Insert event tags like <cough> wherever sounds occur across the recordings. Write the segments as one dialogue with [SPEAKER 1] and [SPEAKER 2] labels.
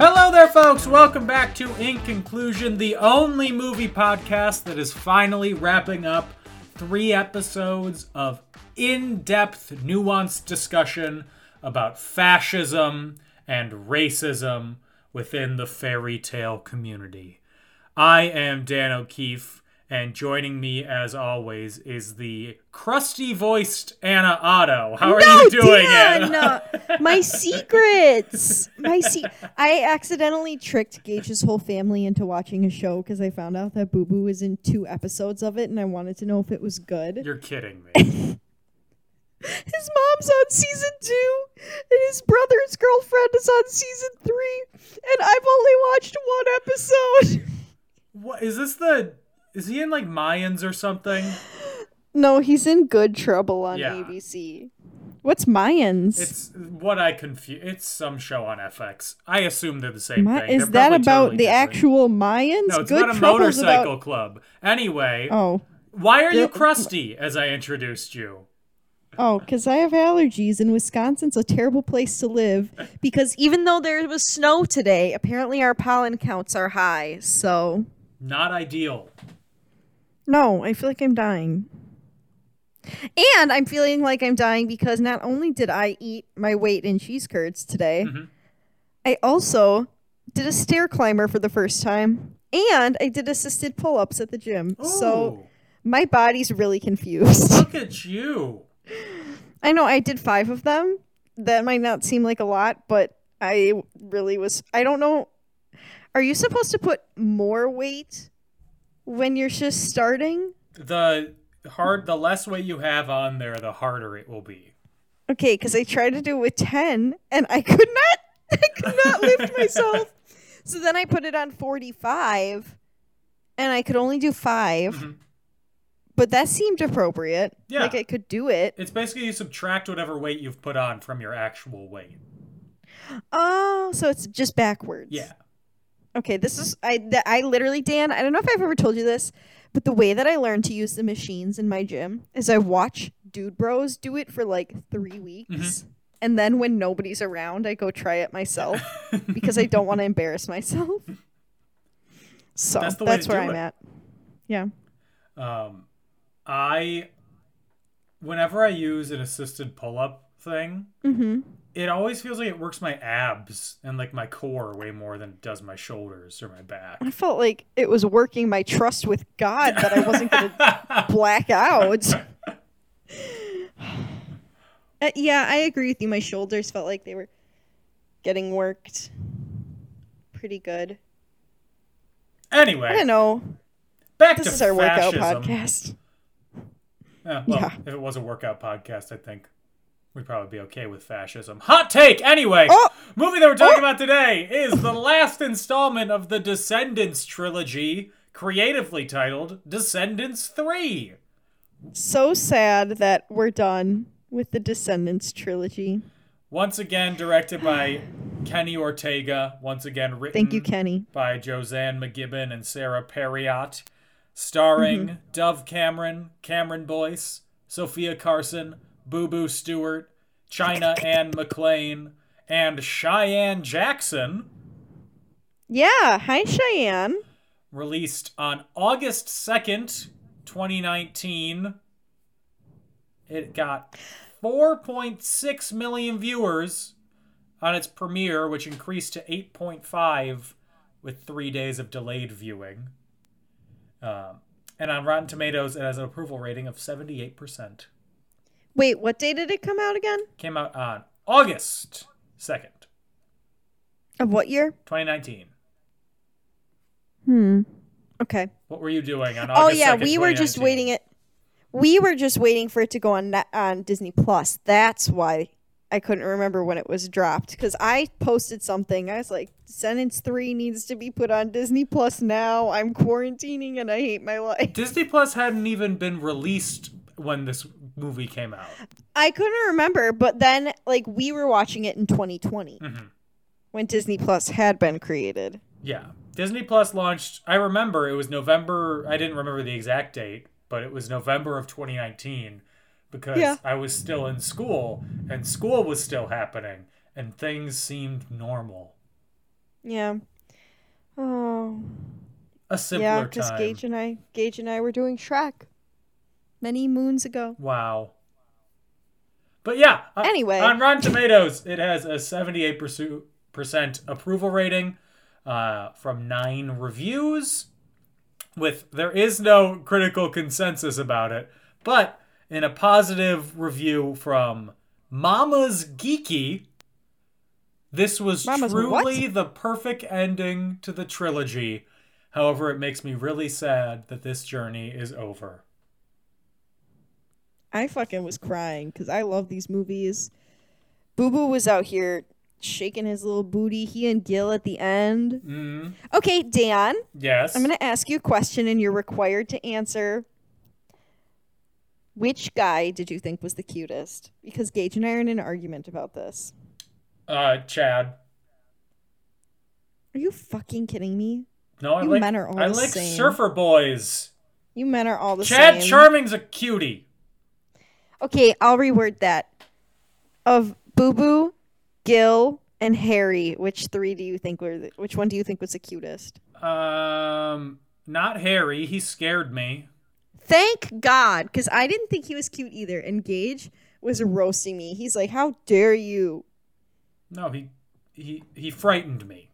[SPEAKER 1] Hello there, folks. Welcome back to In Conclusion, the only movie podcast that is finally wrapping up three episodes of in depth, nuanced discussion about fascism and racism within the fairy tale community. I am Dan O'Keefe, and joining me, as always, is the crusty voiced Anna Otto. How are you doing, Anna?
[SPEAKER 2] <laughs>
[SPEAKER 1] <laughs>
[SPEAKER 2] Dan! my secrets. My se- I accidentally tricked Gage's whole family into watching a show because I found out that Boo Boo was in two episodes of it, and I wanted to know if it was good.
[SPEAKER 1] You're kidding me.
[SPEAKER 2] His mom's on season two, and his brother's girlfriend is on season three, and I've only watched one episode. <laughs>
[SPEAKER 1] What is this the is he in like Mayans or something?
[SPEAKER 2] No, he's in good trouble on
[SPEAKER 1] Yeah.
[SPEAKER 2] ABC. What's Mayans?
[SPEAKER 1] It's what I confuse. It's some show on FX. I assume they're the same
[SPEAKER 2] Ma-
[SPEAKER 1] thing.
[SPEAKER 2] is
[SPEAKER 1] They're
[SPEAKER 2] that
[SPEAKER 1] probably
[SPEAKER 2] about
[SPEAKER 1] totally
[SPEAKER 2] the
[SPEAKER 1] different.
[SPEAKER 2] actual Mayans?
[SPEAKER 1] No, it's
[SPEAKER 2] Good
[SPEAKER 1] about a
[SPEAKER 2] Trouble's
[SPEAKER 1] motorcycle
[SPEAKER 2] About-
[SPEAKER 1] club. Anyway,
[SPEAKER 2] oh,
[SPEAKER 1] why are you
[SPEAKER 2] Yeah.
[SPEAKER 1] crusty? As I introduced you,
[SPEAKER 2] oh, because I have allergies, and Wisconsin's a terrible place to live. Because even though there was snow today, apparently our pollen counts are high. So
[SPEAKER 1] not ideal.
[SPEAKER 2] no, I feel like I'm dying. And I'm feeling like I'm dying because not only did I eat my weight in cheese curds today,
[SPEAKER 1] Mhm.
[SPEAKER 2] I also did a stair climber for the first time, and I did assisted pull-ups at the gym. So
[SPEAKER 1] Ooh,
[SPEAKER 2] my body's really confused. <laughs>
[SPEAKER 1] look at you.
[SPEAKER 2] I know I did five of them. That might not seem like a lot, but I really was. I don't know. Are you supposed to put more weight when you're just starting?
[SPEAKER 1] The hard, the less weight you have on there, the harder it will be.
[SPEAKER 2] Okay, because I tried to do it with 10 and I could not, <laughs> I could not lift myself.
[SPEAKER 1] <laughs>
[SPEAKER 2] So then I put it on 45 and I could only do 5
[SPEAKER 1] Mhm.
[SPEAKER 2] But that seemed appropriate.
[SPEAKER 1] Yeah.
[SPEAKER 2] Like I could do it.
[SPEAKER 1] It's basically you subtract whatever weight you've put on from your actual weight.
[SPEAKER 2] Oh, so it's just backwards.
[SPEAKER 1] Yeah.
[SPEAKER 2] Okay, this is I th- I literally Dan, I don't know if I've ever told you this, but the way that I learned to use the machines in my gym is I watch dude bros do it for like 3 weeks.
[SPEAKER 1] Mm-hmm.
[SPEAKER 2] And then when nobody's around, I go try it myself
[SPEAKER 1] <laughs>
[SPEAKER 2] because I don't want to embarrass myself. So,
[SPEAKER 1] That's
[SPEAKER 2] that's,
[SPEAKER 1] the way to
[SPEAKER 2] where
[SPEAKER 1] do
[SPEAKER 2] I'm
[SPEAKER 1] it.
[SPEAKER 2] at. Yeah.
[SPEAKER 1] Um, I, whenever I use an assisted pull up thing,
[SPEAKER 2] Mhm.
[SPEAKER 1] it always feels like it works my abs and like my core way more than it does my shoulders or my back.
[SPEAKER 2] I felt like it was working my trust with God that I wasn't going to
[SPEAKER 1] <laughs>
[SPEAKER 2] black out. Uh, yeah, I agree with you. My shoulders felt like they were getting worked pretty good. I don't
[SPEAKER 1] anyway,
[SPEAKER 2] know.
[SPEAKER 1] back
[SPEAKER 2] This
[SPEAKER 1] to
[SPEAKER 2] is our workout
[SPEAKER 1] fascism.
[SPEAKER 2] podcast.
[SPEAKER 1] Yeah, well,
[SPEAKER 2] Yeah.
[SPEAKER 1] if it was a workout podcast, I think we'd probably be okay with fascism. Hot take. Anyway,
[SPEAKER 2] Oh!
[SPEAKER 1] movie that we're talking about today is
[SPEAKER 2] <laughs>
[SPEAKER 1] the last installment of the Descendants trilogy, creatively titled Descendants Three.
[SPEAKER 2] So sad that we're done with the Descendants trilogy.
[SPEAKER 1] Once again, directed by Kenny Ortega. Once again, written
[SPEAKER 2] Thank you, Kenny.
[SPEAKER 1] by Josanne McGibbon and Sarah Perriott. Starring
[SPEAKER 2] Mm-hmm.
[SPEAKER 1] Dove Cameron, Cameron Boyce, Sophia Carson, Boo Boo Stewart,
[SPEAKER 2] <laughs>
[SPEAKER 1] China Ann McLean, and Cheyenne Jackson.
[SPEAKER 2] Yeah, hi Cheyenne.
[SPEAKER 1] Released on August 2nd, 2019. It got 4.6 million viewers on its premiere, which increased to 8.5 with three days of delayed viewing. Um, and on Rotten Tomatoes, it has an approval rating of 78%.
[SPEAKER 2] Wait, what day did it come out again?
[SPEAKER 1] Came out on August 2nd,
[SPEAKER 2] Of what year?
[SPEAKER 1] 2019.
[SPEAKER 2] Hmm. Okay.
[SPEAKER 1] What were you doing on August
[SPEAKER 2] oh yeah,
[SPEAKER 1] 2nd,
[SPEAKER 2] we were just
[SPEAKER 1] 2019?
[SPEAKER 2] waiting it. We were just waiting for it to go on Net- on Disney Plus. That's why I couldn't remember when it was dropped because I posted something. I was like, "Sentence Three needs to be put on Disney Plus now. I'm quarantining and I hate my life."
[SPEAKER 1] Disney Plus hadn't even been released when this movie came out.
[SPEAKER 2] I couldn't remember, but then like we were watching it in 2020
[SPEAKER 1] Mm-hmm.
[SPEAKER 2] when Disney Plus had been created.
[SPEAKER 1] Yeah. Disney Plus launched, I remember it was November, I didn't remember the exact date, but it was November of 2019 because
[SPEAKER 2] Yeah.
[SPEAKER 1] I was still in school and school was still happening and things seemed normal.
[SPEAKER 2] Yeah. Oh.
[SPEAKER 1] A simpler
[SPEAKER 2] Yeah, because
[SPEAKER 1] time.
[SPEAKER 2] Gage and I, Gage and I were doing Shrek many moons ago.
[SPEAKER 1] Wow. But yeah. uh,
[SPEAKER 2] Anyway.
[SPEAKER 1] on Rotten Tomatoes, it has a 78% approval rating uh, from nine reviews. With there is no critical consensus about it, but in a positive review from Mama's Geeky, this was
[SPEAKER 2] Mama's
[SPEAKER 1] truly
[SPEAKER 2] what?
[SPEAKER 1] the perfect ending to the trilogy. However, it makes me really sad that this journey is over.
[SPEAKER 2] I fucking was crying because I love these movies. Boo Boo was out here shaking his little booty. He and Gil at the end.
[SPEAKER 1] Mm,
[SPEAKER 2] Okay, Dan,
[SPEAKER 1] yes.
[SPEAKER 2] I'm gonna ask you a question, and you're required to answer. Which guy did you think was the cutest? Because Gage and I are in an argument about this.
[SPEAKER 1] Uh, Chad.
[SPEAKER 2] Are you fucking kidding me?
[SPEAKER 1] No, I
[SPEAKER 2] You
[SPEAKER 1] like
[SPEAKER 2] men are all
[SPEAKER 1] I
[SPEAKER 2] the
[SPEAKER 1] like
[SPEAKER 2] same.
[SPEAKER 1] surfer boys.
[SPEAKER 2] You men are all the
[SPEAKER 1] Chad
[SPEAKER 2] same.
[SPEAKER 1] Charming's a cutie.
[SPEAKER 2] Okay, I'll reword that. Of Boo Boo, Gil, and Harry, which three do you think were? The, which one do you think was the cutest?
[SPEAKER 1] Um, not Harry. He scared me.
[SPEAKER 2] Thank God, because I didn't think he was cute either. And Gage was roasting me. He's like, "How dare you?"
[SPEAKER 1] No, he he he frightened me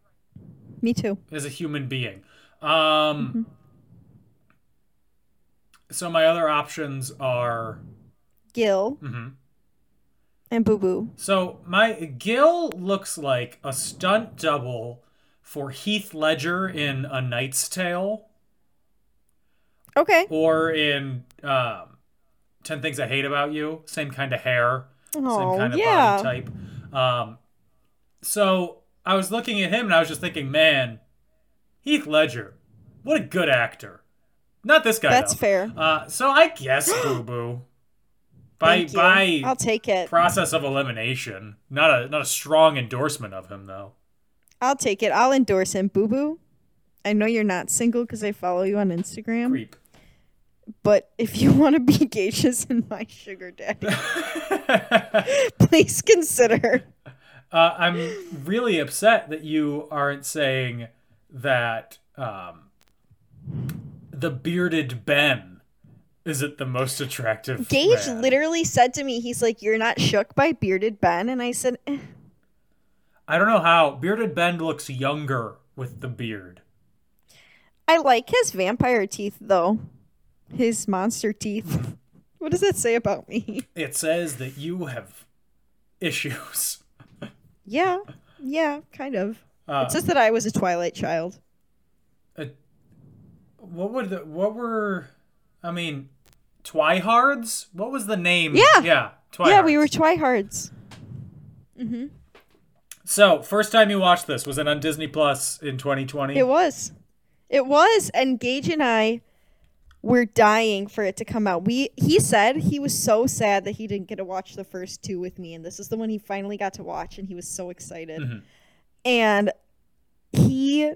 [SPEAKER 2] Me too.
[SPEAKER 1] as a human being.
[SPEAKER 2] Mm-hmm.
[SPEAKER 1] Um. So my other options are.
[SPEAKER 2] Gil
[SPEAKER 1] mhm.
[SPEAKER 2] and Boo Boo.
[SPEAKER 1] So my Gil looks like a stunt double for Heath Ledger in A Knight's Tale.
[SPEAKER 2] Okay.
[SPEAKER 1] or in um, 10 things i hate about you same kind of hair
[SPEAKER 2] Oh,
[SPEAKER 1] same kind of
[SPEAKER 2] yeah.
[SPEAKER 1] body type um, so i was looking at him and i was just thinking man heath ledger what a good actor not this guy
[SPEAKER 2] That's
[SPEAKER 1] though.
[SPEAKER 2] fair.
[SPEAKER 1] uh, so i
[SPEAKER 2] <gasps>
[SPEAKER 1] guess boo boo by
[SPEAKER 2] Thank you.
[SPEAKER 1] by
[SPEAKER 2] I'll take it.
[SPEAKER 1] process of elimination not a not a strong endorsement of him though
[SPEAKER 2] I'll take it. I'll endorse him. Boo Boo. I know you're not single because I follow you on Instagram.
[SPEAKER 1] creep
[SPEAKER 2] But if you <laughs> want to be Gage's and my
[SPEAKER 1] <laughs>
[SPEAKER 2] sugar daddy, <laughs> please consider.
[SPEAKER 1] Uh, I'm really upset that you aren't saying that um, the bearded Ben isn't the most attractive.
[SPEAKER 2] Gage
[SPEAKER 1] man.
[SPEAKER 2] literally said to me, he's like, You're not shook by bearded Ben? And I said, eh,
[SPEAKER 1] I don't know how bearded Ben looks younger with the beard.
[SPEAKER 2] I like his vampire teeth, though. His monster teeth. <laughs> what does that say about me?
[SPEAKER 1] It says that you have issues.
[SPEAKER 2] <laughs>
[SPEAKER 1] <laughs>
[SPEAKER 2] yeah, yeah, kind of.
[SPEAKER 1] Uh,
[SPEAKER 2] it says that I was a Twilight child.
[SPEAKER 1] what would the what were? I mean, Twihards. What was the name?
[SPEAKER 2] Yeah.
[SPEAKER 1] yeah, Twihards.
[SPEAKER 2] Yeah, we were Twihards. Mm-hmm.
[SPEAKER 1] So first time you watched this was it on Disney Plus in 2020?
[SPEAKER 2] It was. It was. And Gage and I were dying for it to come out. We he said he was so sad that he didn't get to watch the first two with me, and this is the one he finally got to watch, and he was so excited.
[SPEAKER 1] Mhm.
[SPEAKER 2] And he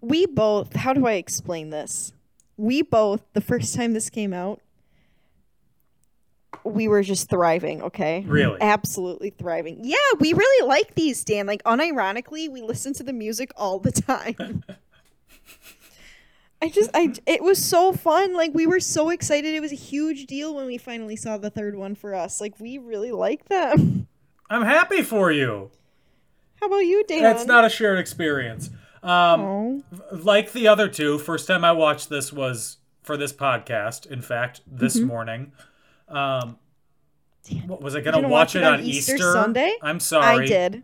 [SPEAKER 2] we both how do I explain this? We both, the first time this came out, we were just thriving, okay?
[SPEAKER 1] Really?
[SPEAKER 2] absolutely thriving. Yeah, we really like these, Dan. Like, unironically, we listen to the music all
[SPEAKER 1] <laughs>
[SPEAKER 2] the time. I just, I, it was so fun. Like, we were so excited. It was a huge deal when we finally saw the third one for us. Like, we really like them. <laughs>
[SPEAKER 1] I'm happy for you.
[SPEAKER 2] How about you, Dan?
[SPEAKER 1] That's not a shared experience. Um,
[SPEAKER 2] Oh,
[SPEAKER 1] like the other two, first time I watched this was for this podcast. In fact, this
[SPEAKER 2] Mm-hmm.
[SPEAKER 1] morning. Um, what, was I gonna,
[SPEAKER 2] gonna
[SPEAKER 1] watch, it on Easter,
[SPEAKER 2] Sunday?
[SPEAKER 1] I'm sorry.
[SPEAKER 2] I did.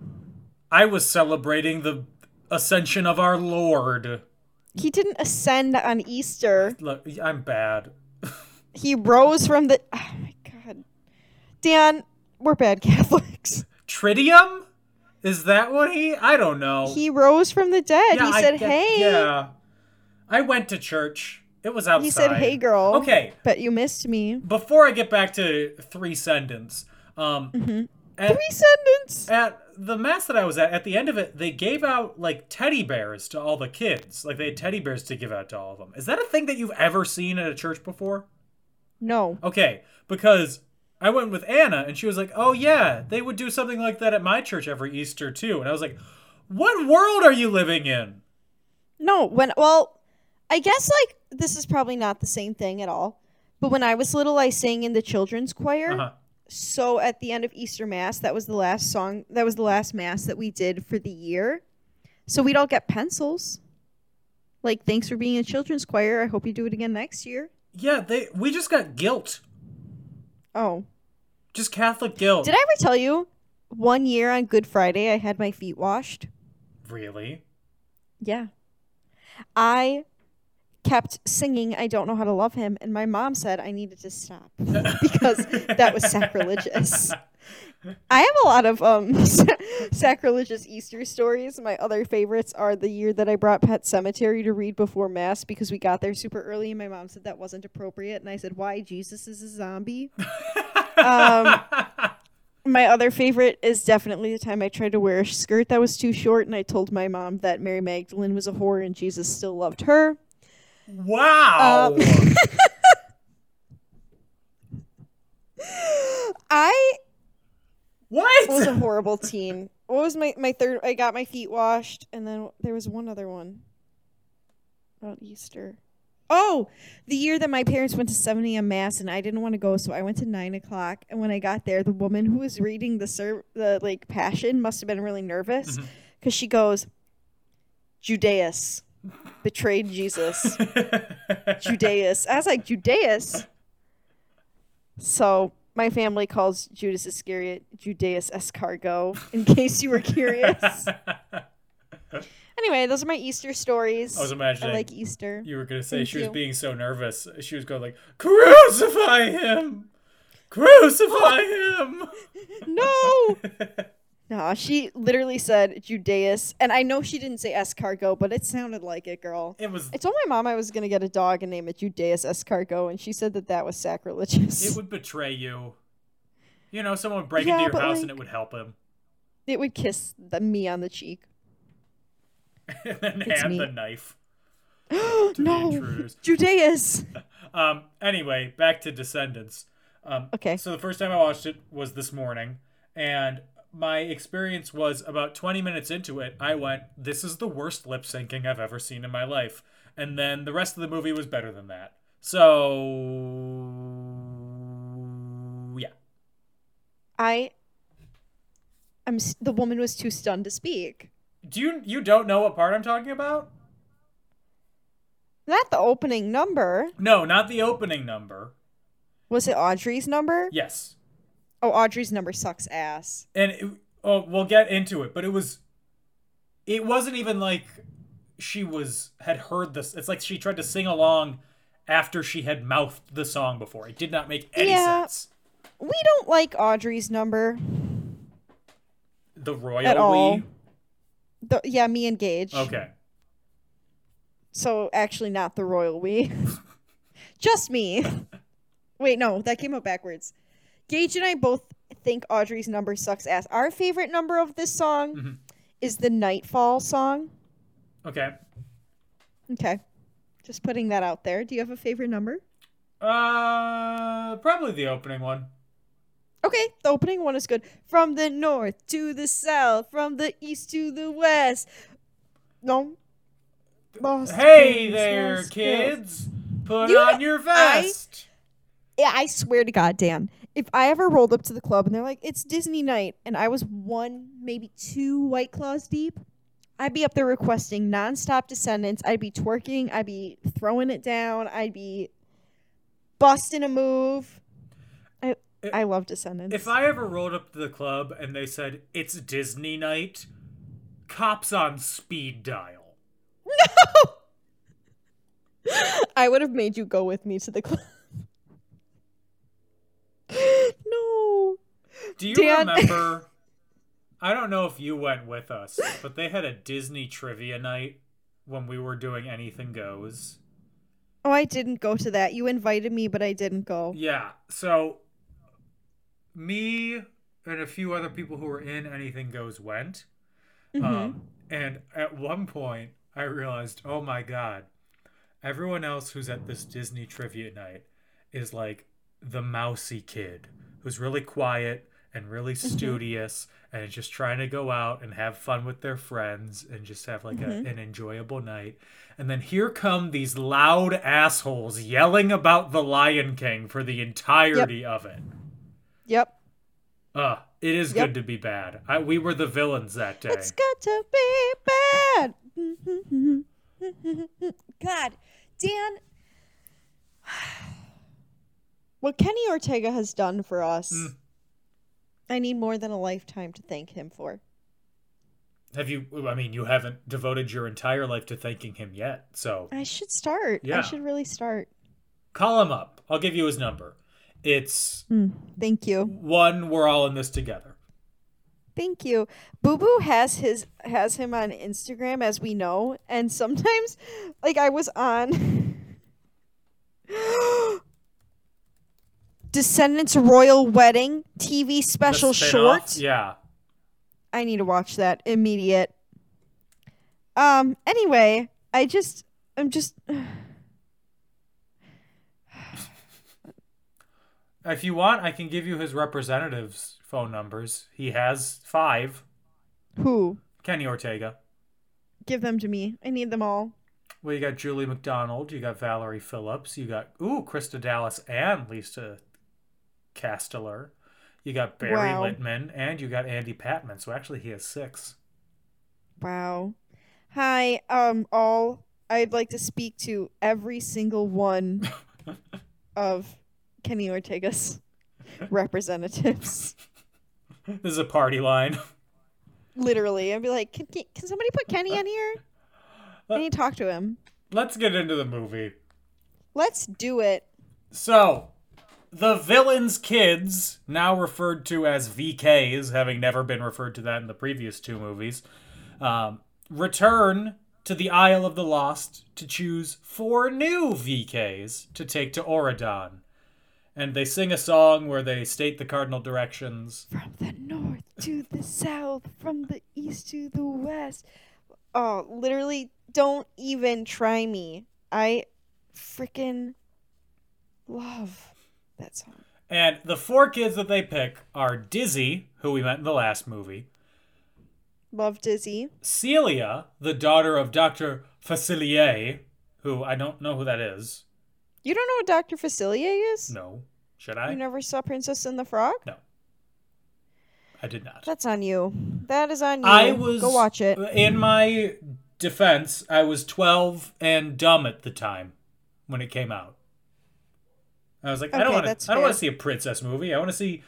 [SPEAKER 1] I was celebrating the ascension of our Lord.
[SPEAKER 2] He didn't ascend on Easter.
[SPEAKER 1] Look, I'm bad.
[SPEAKER 2] <sighs> He rose from the. Oh my god. Dan, we're bad <laughs> Catholics.
[SPEAKER 1] Tritium? Is that what he? I don't know.
[SPEAKER 2] He rose from the dead. he
[SPEAKER 1] I
[SPEAKER 2] said,
[SPEAKER 1] get-
[SPEAKER 2] "Hey."
[SPEAKER 1] Yeah. I went to church. It was outside.
[SPEAKER 2] He said, "Hey, girl."
[SPEAKER 1] Okay.
[SPEAKER 2] But you missed me.
[SPEAKER 1] Before I get back to three sentence, um,
[SPEAKER 2] Mm-hmm.
[SPEAKER 1] at,
[SPEAKER 2] Three sentence.
[SPEAKER 1] at the mass that I was at, at the end of it, they gave out like teddy bears to all the kids. Like they had teddy bears to give out to all of them. Is that a thing that you've ever seen at a church before?
[SPEAKER 2] No.
[SPEAKER 1] Okay, because I went with Anna and she was like, "Oh yeah, they would do something like that at my church every Easter too." And I was like, "What world are you living in?"
[SPEAKER 2] No, when well, I guess like this is probably not the same thing at all. But when I was little, I sang in the children's choir.
[SPEAKER 1] Uh-huh.
[SPEAKER 2] So at the end of Easter Mass, that was the last song. That was the last Mass that we did for the year. So we'd all get pencils. Like, thanks for being in children's choir. I hope you do it again next year.
[SPEAKER 1] Yeah, they we just got guilt.
[SPEAKER 2] Oh,
[SPEAKER 1] Just Catholic guilt.
[SPEAKER 2] did I ever tell you? One year on Good Friday, I had my feet washed.
[SPEAKER 1] Really?
[SPEAKER 2] Yeah. I kept singing I Don't Know How to Love Him, and my mom said I needed to stop <laughs> because that was sacrilegious. I have a lot of um, <laughs> sacrilegious Easter stories. My other favorites are the year that I brought Pet Cemetery to read before Mass because we got there super early, and my mom said that wasn't appropriate. And I said, Why? Jesus is a zombie. um, my other favorite is definitely the time I tried to wear a skirt that was too short, and I told my mom that Mary Magdalene was a whore and Jesus still loved her.
[SPEAKER 1] <laughs> Wow.
[SPEAKER 2] uh, I
[SPEAKER 1] <laughs> what?
[SPEAKER 2] <gasps> was a horrible teen. What was my, my third? I got my feet washed, and then there was one other one about Easter. Oh, the year that my parents went to 7 a.m. mass and I didn't want to go, so I went to 9 o'clock. And when I got there, the woman who was reading the ser- the like passion must have been really nervous because she goes, "Judas betrayed
[SPEAKER 1] <laughs>
[SPEAKER 2] Jesus." Judas. I was like, Judas. So my family calls Judas Iscariot Judas Escargot, in case you
[SPEAKER 1] <laughs>
[SPEAKER 2] were curious. anyway, those are my Easter stories.
[SPEAKER 1] I was imagining
[SPEAKER 2] I like Easter.
[SPEAKER 1] you were gonna say
[SPEAKER 2] Thank
[SPEAKER 1] she was
[SPEAKER 2] you.
[SPEAKER 1] being so nervous. She was going like, "Crucify him!
[SPEAKER 2] <laughs>
[SPEAKER 1] Crucify him!"
[SPEAKER 2] <laughs> No. no, she literally said Judas, and I know she didn't say Escargot, but it sounded like it, girl.
[SPEAKER 1] It was.
[SPEAKER 2] I told my mom I was gonna get a dog and name it Judas Escargot, and she said that that was sacrilegious.
[SPEAKER 1] It would betray you. You know, someone would break
[SPEAKER 2] Yeah,
[SPEAKER 1] into your
[SPEAKER 2] but,
[SPEAKER 1] house and
[SPEAKER 2] like-
[SPEAKER 1] it would help him, <laughs>
[SPEAKER 2] It would kiss the, me on the cheek.
[SPEAKER 1] and then
[SPEAKER 2] It's
[SPEAKER 1] hand
[SPEAKER 2] me.
[SPEAKER 1] the knife.
[SPEAKER 2] <gasps> no, <laughs>
[SPEAKER 1] intruders.
[SPEAKER 2] Judas.
[SPEAKER 1] Um. Anyway, back to Descendants. Um,
[SPEAKER 2] Okay.
[SPEAKER 1] So the first time I watched it was this morning, and my experience was about 20 minutes into it. I went, "This is the worst lip syncing I've ever seen in my life," and then the rest of the movie was better than that. So yeah,
[SPEAKER 2] I I'm s- the woman was too stunned to speak.
[SPEAKER 1] do you you don't know what part I'm talking about?
[SPEAKER 2] Not the opening number.
[SPEAKER 1] No, not the opening number.
[SPEAKER 2] Was it Audrey's number?
[SPEAKER 1] Yes,
[SPEAKER 2] Oh, Audrey's number sucks ass.
[SPEAKER 1] and it, oh, we'll get into it, but it was, it wasn't even like she was had heard this. It's like she tried to sing along after she had mouthed the song before. It did not make any
[SPEAKER 2] Yeah.
[SPEAKER 1] sense.
[SPEAKER 2] We don't like Audrey's number.
[SPEAKER 1] The royal
[SPEAKER 2] At all.
[SPEAKER 1] we.
[SPEAKER 2] The, yeah, me and Gage.
[SPEAKER 1] Okay.
[SPEAKER 2] So actually, not the royal we. <laughs>
[SPEAKER 1] <laughs>
[SPEAKER 2] Just me. Wait, no, that came out backwards. Gage and I both think Audrey's number sucks ass. Our favorite number of this song
[SPEAKER 1] Mm-hmm.
[SPEAKER 2] is the Nightfall song.
[SPEAKER 1] Okay.
[SPEAKER 2] Okay. Just putting that out there. Do you have a favorite number?
[SPEAKER 1] Uh, probably the opening one.
[SPEAKER 2] Okay, the opening one is good. From the north to the south, from the east to the west. No. Lost
[SPEAKER 1] Hey
[SPEAKER 2] girls,
[SPEAKER 1] there,
[SPEAKER 2] lost girls.
[SPEAKER 1] kids. Put
[SPEAKER 2] You know
[SPEAKER 1] on
[SPEAKER 2] what?
[SPEAKER 1] your
[SPEAKER 2] I-
[SPEAKER 1] vest.
[SPEAKER 2] Yeah, I swear to God, Dan, if I ever rolled up to the club and they're like, it's Disney night, and I was one, maybe two White Claws deep, I'd be up there requesting nonstop descendants. I'd be twerking. I'd be throwing it down. I'd be busting a move. I, I love descendants.
[SPEAKER 1] If I ever rolled up to the club and they said it's Disney night, cops on speed dial.
[SPEAKER 2] <laughs> I would have made you go with me to the club. <laughs> no.
[SPEAKER 1] Do you
[SPEAKER 2] Dan-
[SPEAKER 1] remember? I don't know if you went with us, but they had a Disney trivia night when we were doing Anything Goes.
[SPEAKER 2] Oh, I didn't go to that. You invited me, but I didn't go.
[SPEAKER 1] Yeah. So me and a few other people who were in Anything Goes went.
[SPEAKER 2] Mm-hmm.
[SPEAKER 1] Um, and at one point, I realized, oh my God, everyone else who's at this Disney trivia night is like the mousy kid who's really quiet and really
[SPEAKER 2] Mm-hmm.
[SPEAKER 1] studious and just trying to go out and have fun with their friends and just have like
[SPEAKER 2] Mm-hmm.
[SPEAKER 1] a, an enjoyable night. And then here come these loud assholes yelling about the Lion King for the entirety of it.
[SPEAKER 2] Yep.
[SPEAKER 1] Uh, it is
[SPEAKER 2] Yep.
[SPEAKER 1] good to be bad. I, we were the villains that day.
[SPEAKER 2] It's got to be bad. <laughs> God, Dan. <sighs> What Kenny Ortega has done for us,
[SPEAKER 1] Mm.
[SPEAKER 2] I need more than a lifetime to thank him for.
[SPEAKER 1] Have you? I mean, you haven't devoted your entire life to thanking him yet. So
[SPEAKER 2] I should start.
[SPEAKER 1] Yeah.
[SPEAKER 2] I should really start.
[SPEAKER 1] call him up. I'll give you his number. It's
[SPEAKER 2] Hmm. Thank you.
[SPEAKER 1] one. We're all in this together.
[SPEAKER 2] Thank you. Boo Boo has his has him on Instagram as we know, and sometimes like I was on <gasps> Descendants Royal Wedding TV
[SPEAKER 1] The
[SPEAKER 2] special
[SPEAKER 1] spin-off?
[SPEAKER 2] short.
[SPEAKER 1] Yeah.
[SPEAKER 2] I need to watch that immediate. Um anyway, I just I'm just <sighs>
[SPEAKER 1] If you want, I can give you his representatives' phone numbers. He has five.
[SPEAKER 2] who?
[SPEAKER 1] Kenny Ortega.
[SPEAKER 2] Give them to me. I need them all.
[SPEAKER 1] Well, you got Julie McDonald. You got Valerie Phillips. You got ooh Krista Dallas and Lisa Castellar. You got Barry
[SPEAKER 2] Wow.
[SPEAKER 1] Littman and you got Andy Patman. So actually, he has six.
[SPEAKER 2] Wow. Hi, um, all. I'd like to speak to every single one of Kenny Ortega's representatives.
[SPEAKER 1] This is a party line. <laughs>
[SPEAKER 2] Literally, I'd be like, can, can can somebody put Kenny on here? I need to talk to him.
[SPEAKER 1] Let's get into the movie.
[SPEAKER 2] Let's do it.
[SPEAKER 1] So, the villain's kids, now referred to as VKs, having never been referred to that in the previous two movies, um, return to the Isle of the Lost to choose four new VKs to take to Oradon. And they sing a song where they state the cardinal directions.
[SPEAKER 2] From the north to the south, from the east to the west. Oh, literally, don't even try me. I freaking love that song.
[SPEAKER 1] And the four kids that they pick are Dizzy, who we met in the last movie,
[SPEAKER 2] Love Dizzy.
[SPEAKER 1] Celia, the daughter of Dr. Facilier, who I don't know who that is.
[SPEAKER 2] You don't know what Dr. Facilier is?
[SPEAKER 1] No. Should I?
[SPEAKER 2] You never saw Princess and the Frog?
[SPEAKER 1] No. I did not.
[SPEAKER 2] That's on you. That is on you.
[SPEAKER 1] I was
[SPEAKER 2] Go watch it.
[SPEAKER 1] In my defense, I was 12 and dumb at the time when it came out. I was like, I don't
[SPEAKER 2] Okay,
[SPEAKER 1] want
[SPEAKER 2] that's
[SPEAKER 1] to. I don't want to
[SPEAKER 2] fair.
[SPEAKER 1] see a princess movie. I want to see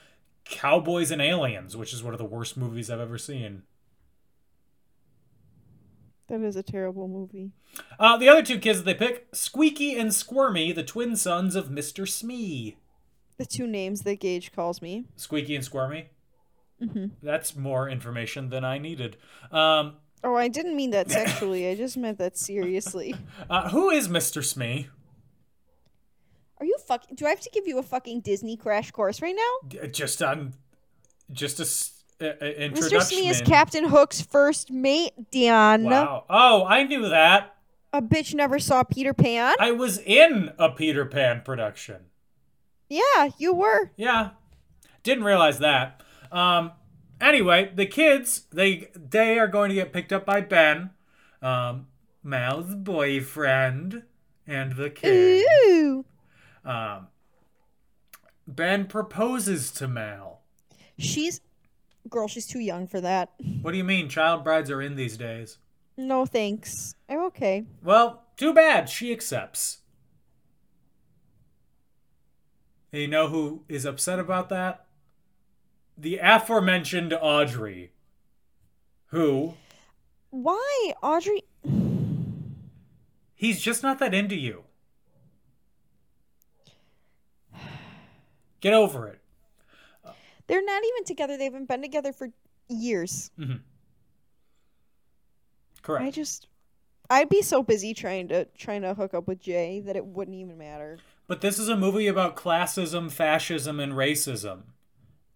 [SPEAKER 1] Cowboys and Aliens, which is one of the worst movies I've ever seen.
[SPEAKER 2] That is a terrible movie.
[SPEAKER 1] Uh, the other two kids that they pick, Squeaky and Squirmy, the twin sons of Mister Smee.
[SPEAKER 2] The two names that Gage calls me.
[SPEAKER 1] Squeaky and Squirmy.
[SPEAKER 2] Mm-hmm.
[SPEAKER 1] That's more information than I needed. Um,
[SPEAKER 2] Oh, I didn't mean that sexually. I just meant that
[SPEAKER 1] <laughs>
[SPEAKER 2] seriously.
[SPEAKER 1] uh, who is Mister Smee?
[SPEAKER 2] Are you fucking. Do I have to give you a fucking Disney crash course right now?
[SPEAKER 1] D- just on just a, s- a- a- introduction
[SPEAKER 2] Mr. Smee is Captain Hook's first mate, Dion.
[SPEAKER 1] wow oh i knew that
[SPEAKER 2] A bitch never saw Peter Pan?
[SPEAKER 1] i was in a peter pan production
[SPEAKER 2] Yeah, you were.
[SPEAKER 1] yeah didn't realize that um anyway the kids they they are going to get picked up by ben um mal's boyfriend and the kid
[SPEAKER 2] Ooh.
[SPEAKER 1] um ben proposes to mal
[SPEAKER 2] She's. Girl, she's too young for that.
[SPEAKER 1] what do you mean child brides are in these days
[SPEAKER 2] No thanks. I'm okay.
[SPEAKER 1] Well, too bad. She accepts. And you know who is upset about that? The aforementioned Audrey, who
[SPEAKER 2] Why, Audrey?
[SPEAKER 1] he's just not that into you. Get over it.
[SPEAKER 2] They're not even together. They haven't been together for years.
[SPEAKER 1] Mm-hmm. Correct.
[SPEAKER 2] I just I'd be so busy trying to trying to hook up with Jay that it wouldn't even matter.
[SPEAKER 1] But this is a movie about classism, fascism, and racism.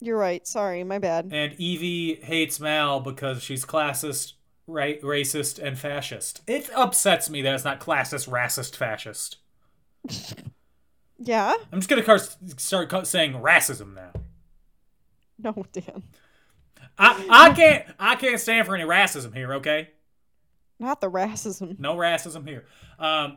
[SPEAKER 2] You're right. Sorry, my bad.
[SPEAKER 1] And Evie hates Mal because she's classist, ra- racist, and fascist. It upsets me that it's not classist, racist, fascist.
[SPEAKER 2] Yeah?
[SPEAKER 1] I'm just gonna car- start ca- saying racism now.
[SPEAKER 2] No, <laughs> Dan.
[SPEAKER 1] I, I can't I can't stand for any racism here. Okay,
[SPEAKER 2] Not
[SPEAKER 1] <laughs>
[SPEAKER 2] the racism.
[SPEAKER 1] no racism here. Um,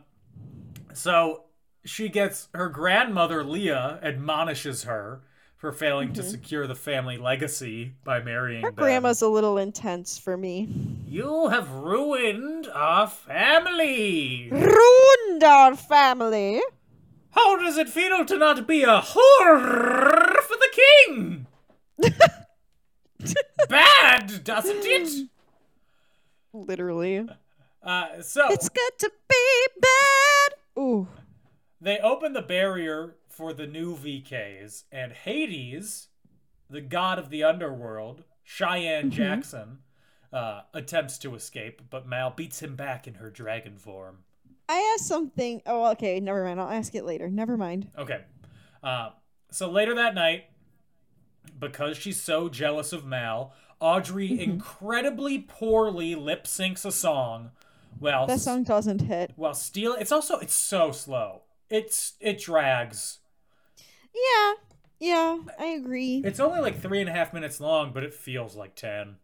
[SPEAKER 1] so she gets her grandmother Leah admonishes her for failing to secure the family legacy by marrying
[SPEAKER 2] Her
[SPEAKER 1] them.
[SPEAKER 2] grandma's a little intense for me.
[SPEAKER 1] You have ruined our family.
[SPEAKER 2] Ruined our family.
[SPEAKER 1] How does it feel to not be a whore for the king? Bad, doesn't it?
[SPEAKER 2] Literally.
[SPEAKER 1] Uh, so
[SPEAKER 2] It's good to be bad. Ooh.
[SPEAKER 1] they open the barrier for the new VKs, and Hades, the god of the underworld, Cheyenne Jackson, uh, attempts to escape, but Mal beats him back in her dragon form.
[SPEAKER 2] I asked something. Oh, okay. Never mind. I'll ask it later. Never mind.
[SPEAKER 1] Okay. Uh, so later that night, because she's so jealous of Mal, Audrey
[SPEAKER 2] Mm-hmm.
[SPEAKER 1] incredibly poorly lip syncs a song. Well,
[SPEAKER 2] That song doesn't hit.
[SPEAKER 1] while stealing. It's also it's so slow. It's it drags.
[SPEAKER 2] Yeah. Yeah. I agree.
[SPEAKER 1] It's only like three and a half minutes long, but it feels like ten.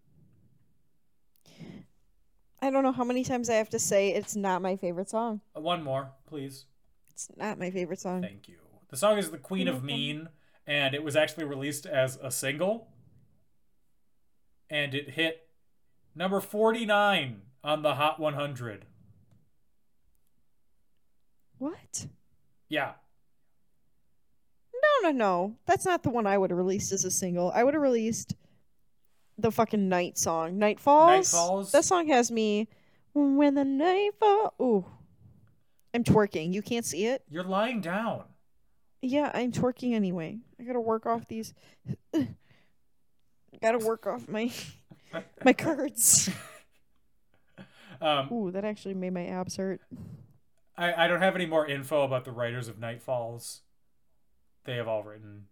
[SPEAKER 2] I don't know how many times I have to say it's not my favorite song.
[SPEAKER 1] One more, please.
[SPEAKER 2] It's not my favorite song.
[SPEAKER 1] Thank you. The song is "The Queen of Mean," and it was actually released as a single, and it hit number forty-nine on the Hot 100.
[SPEAKER 2] What?
[SPEAKER 1] Yeah,
[SPEAKER 2] No, no, no. That's not the one I would have released as a single. I would have released the fucking night song. Night Falls.
[SPEAKER 1] Falls?
[SPEAKER 2] That song has me when the night falls. Ooh. I'm twerking. You can't see it?
[SPEAKER 1] you're lying down.
[SPEAKER 2] Yeah, I'm twerking anyway. I gotta work off these. <laughs> gotta work off my <laughs> my curds.
[SPEAKER 1] Um,
[SPEAKER 2] Ooh, that actually made my abs hurt.
[SPEAKER 1] I, I don't have any more info about the writers of Night Falls. They have all written.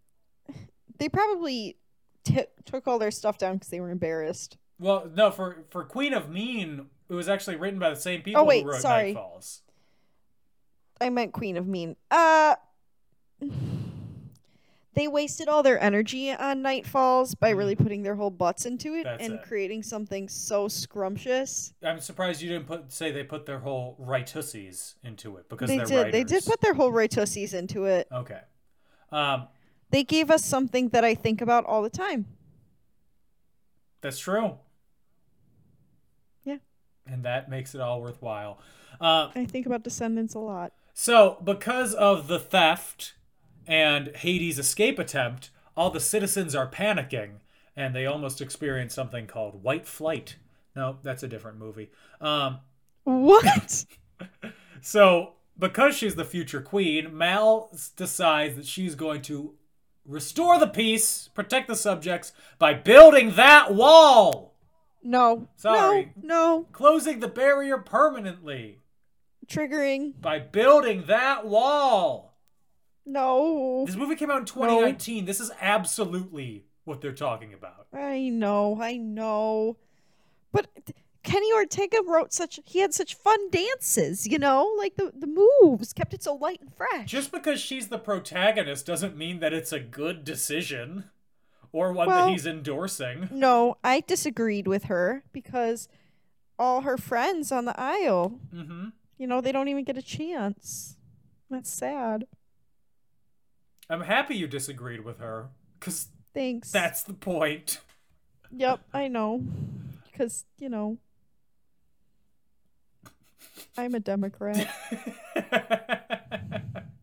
[SPEAKER 2] They probably t- took all their stuff down because they were embarrassed.
[SPEAKER 1] Well, no, for for Queen of Mean, it was actually written by the same people
[SPEAKER 2] Oh, wait,
[SPEAKER 1] who wrote
[SPEAKER 2] sorry.
[SPEAKER 1] Night Falls.
[SPEAKER 2] I meant Queen of Mean. Uh <sighs> they wasted all their energy on Night Falls by really putting their whole butts into it
[SPEAKER 1] Hmm. That's
[SPEAKER 2] and
[SPEAKER 1] it.
[SPEAKER 2] creating something so scrumptious.
[SPEAKER 1] I'm surprised you didn't put say they put their whole righteousies into it because
[SPEAKER 2] They
[SPEAKER 1] are
[SPEAKER 2] did. They did put their whole righteousies into it.
[SPEAKER 1] okay. Um,
[SPEAKER 2] They gave us something that I think about all the time.
[SPEAKER 1] that's true.
[SPEAKER 2] Yeah.
[SPEAKER 1] and that makes it all worthwhile. Uh,
[SPEAKER 2] I think about Descendants a lot. <laughs>
[SPEAKER 1] So, because of the theft and Hades' escape attempt, all the citizens are panicking and they almost experience something called white flight. No, that's a different movie. Um,
[SPEAKER 2] What?
[SPEAKER 1] so, because she's the future queen, Mal s- decides that she's going to restore the peace, protect the subjects by building that wall,
[SPEAKER 2] no.
[SPEAKER 1] Sorry.
[SPEAKER 2] No. No.
[SPEAKER 1] closing the barrier permanently
[SPEAKER 2] Triggering.
[SPEAKER 1] by building that wall.
[SPEAKER 2] No.
[SPEAKER 1] This movie came out in 2019. This is absolutely what they're talking about.
[SPEAKER 2] I know. I know. But th- Kenny Ortega wrote such he had such fun dances, you know? Like the the moves kept it so light and fresh.
[SPEAKER 1] Just because she's the protagonist doesn't mean that it's a good decision or one
[SPEAKER 2] Well-
[SPEAKER 1] that he's endorsing.
[SPEAKER 2] No, I disagreed with her because all her friends on the aisle,
[SPEAKER 1] hmm
[SPEAKER 2] you know, they don't even get a chance. That's sad.
[SPEAKER 1] I'm happy you disagreed with her because
[SPEAKER 2] Thanks.
[SPEAKER 1] that's the point. <laughs>
[SPEAKER 2] Yep, I know. Because, you know, I'm
[SPEAKER 1] <laughs>
[SPEAKER 2] a Democrat.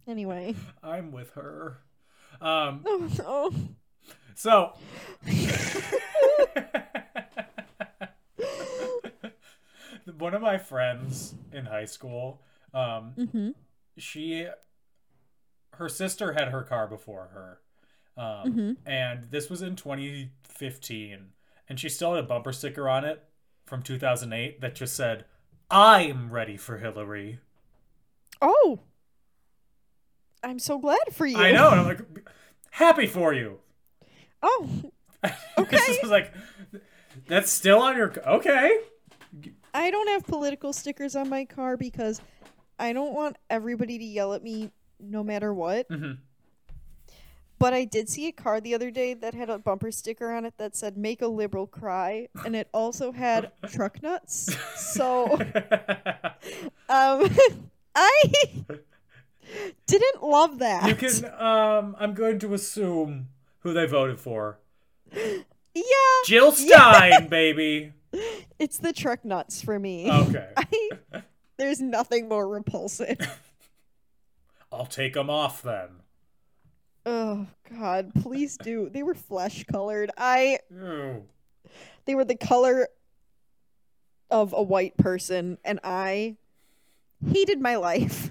[SPEAKER 2] anyway. <laughs>
[SPEAKER 1] I'm with her. Um,
[SPEAKER 2] Oh, no.
[SPEAKER 1] so. <laughs> One of my friends in high school, um,
[SPEAKER 2] Mm-hmm.
[SPEAKER 1] she her sister had her car before her Um, And this was in 2015, and she still had a bumper sticker on it from 2008 that just said, "I'm ready for Hillary."
[SPEAKER 2] Oh, I'm so glad for you.
[SPEAKER 1] I know, and I'm like, happy for you. <laughs>
[SPEAKER 2] Oh,
[SPEAKER 1] Okay. this was like, that's still on your okay. <laughs>
[SPEAKER 2] I don't have political stickers on my car because I don't want everybody to yell at me no matter what.
[SPEAKER 1] Mhm.
[SPEAKER 2] But I did see a car the other day that had a bumper sticker on it that said "Make a liberal cry," and it also had
[SPEAKER 1] <laughs>
[SPEAKER 2] truck nuts. So. Um, <laughs> I didn't love that.
[SPEAKER 1] You can. Um, I'm going to assume who they voted for.
[SPEAKER 2] yeah,
[SPEAKER 1] Jill Stein, baby.
[SPEAKER 2] it's the truck nuts for me.
[SPEAKER 1] Okay,
[SPEAKER 2] I, there's nothing more repulsive.
[SPEAKER 1] I'll take them off then.
[SPEAKER 2] Oh God, please do. They were flesh colored. I.
[SPEAKER 1] Ew.
[SPEAKER 2] They were the color of a white person, and I hated my life.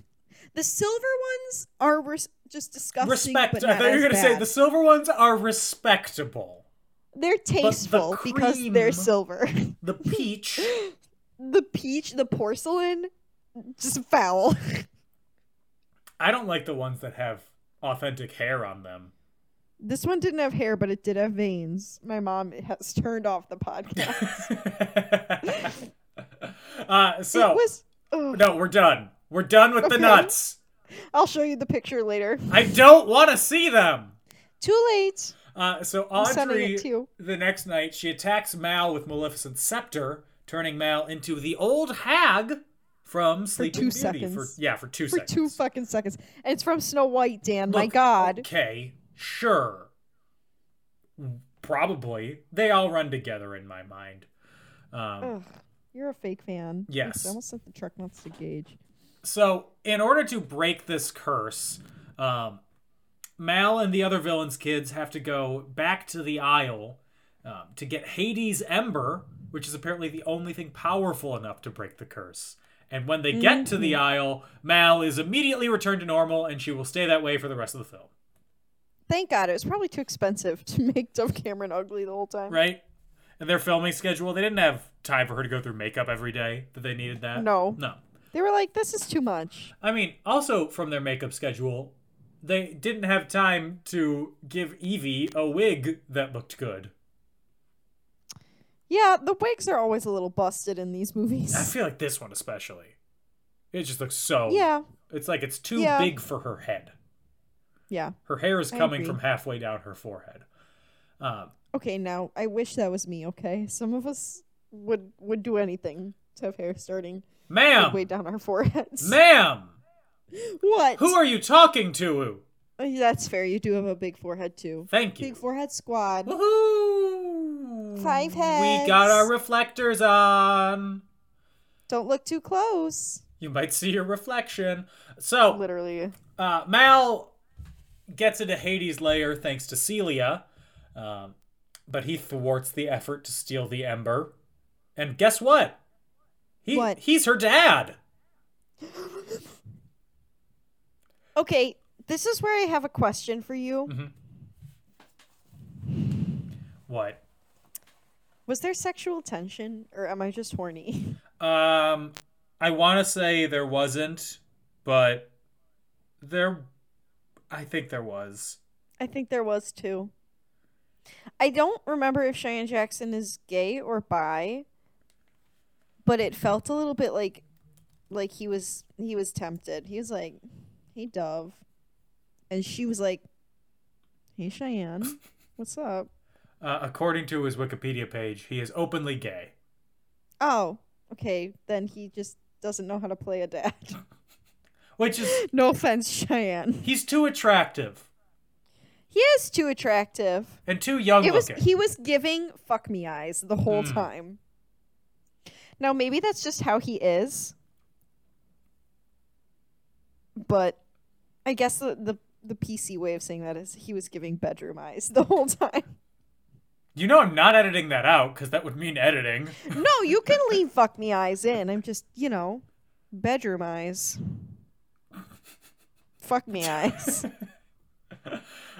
[SPEAKER 2] The silver ones are res- just disgusting.
[SPEAKER 1] Respect.
[SPEAKER 2] But
[SPEAKER 1] I
[SPEAKER 2] not
[SPEAKER 1] thought you were
[SPEAKER 2] as
[SPEAKER 1] gonna say
[SPEAKER 2] bad.
[SPEAKER 1] the silver ones are respectable.
[SPEAKER 2] They're tasteful because they're
[SPEAKER 1] cream-
[SPEAKER 2] silver. <laughs>
[SPEAKER 1] The
[SPEAKER 2] <gasps>
[SPEAKER 1] peach.
[SPEAKER 2] the peach, the porcelain, just foul. <laughs>
[SPEAKER 1] I don't like the ones that have authentic hair on them. <laughs>
[SPEAKER 2] This one didn't have hair, but it did have veins. My mom has turned off
[SPEAKER 1] <laughs>
[SPEAKER 2] the podcast.
[SPEAKER 1] uh, so
[SPEAKER 2] it was. ugh.
[SPEAKER 1] no, we're done. We're done with the
[SPEAKER 2] Okay.
[SPEAKER 1] nuts.
[SPEAKER 2] I'll show you the picture later.
[SPEAKER 1] I don't want to see them.
[SPEAKER 2] Too late.
[SPEAKER 1] Uh, so
[SPEAKER 2] I'm sending
[SPEAKER 1] Audrey,
[SPEAKER 2] it to you.
[SPEAKER 1] the next night, she attacks Mal with Maleficent's scepter, turning Mal into the old hag from Sleeping
[SPEAKER 2] two
[SPEAKER 1] Beauty.
[SPEAKER 2] seconds.
[SPEAKER 1] For yeah, for two
[SPEAKER 2] For
[SPEAKER 1] seconds.
[SPEAKER 2] two fucking seconds. And it's from Snow White, Dan. My
[SPEAKER 1] Look,
[SPEAKER 2] God.
[SPEAKER 1] Okay, sure. Probably they all run together in my mind. Um,
[SPEAKER 2] Ugh, you're a fake fan. Oops,
[SPEAKER 1] Yes.
[SPEAKER 2] I almost sent the truck nuts to Gage.
[SPEAKER 1] So, in order to break this curse, um, Mal and the other villains' kids have to go back to the Isle um, to get Hades' Ember, which is apparently the only thing powerful enough to break the curse. And when they get to the Isle, Mal is immediately returned to normal, and she will stay that way for the rest of the film.
[SPEAKER 2] Thank God. It was probably too expensive <laughs> to make Dove Cameron ugly the whole time.
[SPEAKER 1] Right? And their filming schedule, they didn't have time for her to go through makeup every day that they needed that.
[SPEAKER 2] No.
[SPEAKER 1] No.
[SPEAKER 2] They were like, this is too much.
[SPEAKER 1] I mean, also from their makeup schedule, they didn't have time to give Evie a wig that looked good.
[SPEAKER 2] Yeah, the wigs are always a little busted in these movies.
[SPEAKER 1] I feel like this one especially. It just looks so.
[SPEAKER 2] Yeah,
[SPEAKER 1] It's like it's too
[SPEAKER 2] Yeah.
[SPEAKER 1] big for her head.
[SPEAKER 2] <laughs> yeah.
[SPEAKER 1] Her hair is
[SPEAKER 2] I
[SPEAKER 1] coming
[SPEAKER 2] agree.
[SPEAKER 1] from halfway down her forehead. Um,
[SPEAKER 2] Okay, now I wish that was me. Okay, some of us would would do anything to have hair starting way
[SPEAKER 1] ma'am!
[SPEAKER 2] down our foreheads.
[SPEAKER 1] Ma'am!
[SPEAKER 2] <laughs> what?
[SPEAKER 1] Who are you talking to?
[SPEAKER 2] Uh, That's fair. You do have a big forehead too.
[SPEAKER 1] Thank you.
[SPEAKER 2] Big forehead squad.
[SPEAKER 1] Woohoo!
[SPEAKER 2] Five
[SPEAKER 1] We got our
[SPEAKER 2] heads.
[SPEAKER 1] reflectors on.
[SPEAKER 2] Don't look too close.
[SPEAKER 1] You might see your reflection. So,
[SPEAKER 2] Literally.
[SPEAKER 1] Uh, Mal gets into Hades' lair thanks to Celia, um, but he thwarts the effort to steal the Ember. And guess what? He
[SPEAKER 2] What?
[SPEAKER 1] he's her dad.
[SPEAKER 2] Okay, this is where I have a question for you.
[SPEAKER 1] Mm-hmm. What?
[SPEAKER 2] Was there sexual tension, or am I just horny? <laughs>
[SPEAKER 1] Um, I want to say there wasn't, but there, I think there was.
[SPEAKER 2] I think there was too. I don't remember if Cheyenne Jackson is gay or bi, but it felt a little bit like like he was he was tempted. He was like, "Hey Dove," and she was like,
[SPEAKER 1] <laughs>
[SPEAKER 2] "Hey Cheyenne, what's up?"
[SPEAKER 1] Uh, according to his Wikipedia page, he is openly gay.
[SPEAKER 2] Oh, okay. Then he just doesn't know how to play a dad.
[SPEAKER 1] Which
[SPEAKER 2] <gasps>
[SPEAKER 1] is,
[SPEAKER 2] no offense, Cheyenne.
[SPEAKER 1] he's too attractive
[SPEAKER 2] He is too attractive.
[SPEAKER 1] and too young
[SPEAKER 2] it was
[SPEAKER 1] looking.
[SPEAKER 2] he was giving fuck me eyes the whole time. Now maybe that's just how he is. But I guess the, the the PC way of saying that is he was giving bedroom eyes the whole time.
[SPEAKER 1] You know, I'm not editing that out because that would mean editing.
[SPEAKER 2] No, you can leave fuck me eyes in. I'm just, you know, bedroom eyes. Fuck me eyes.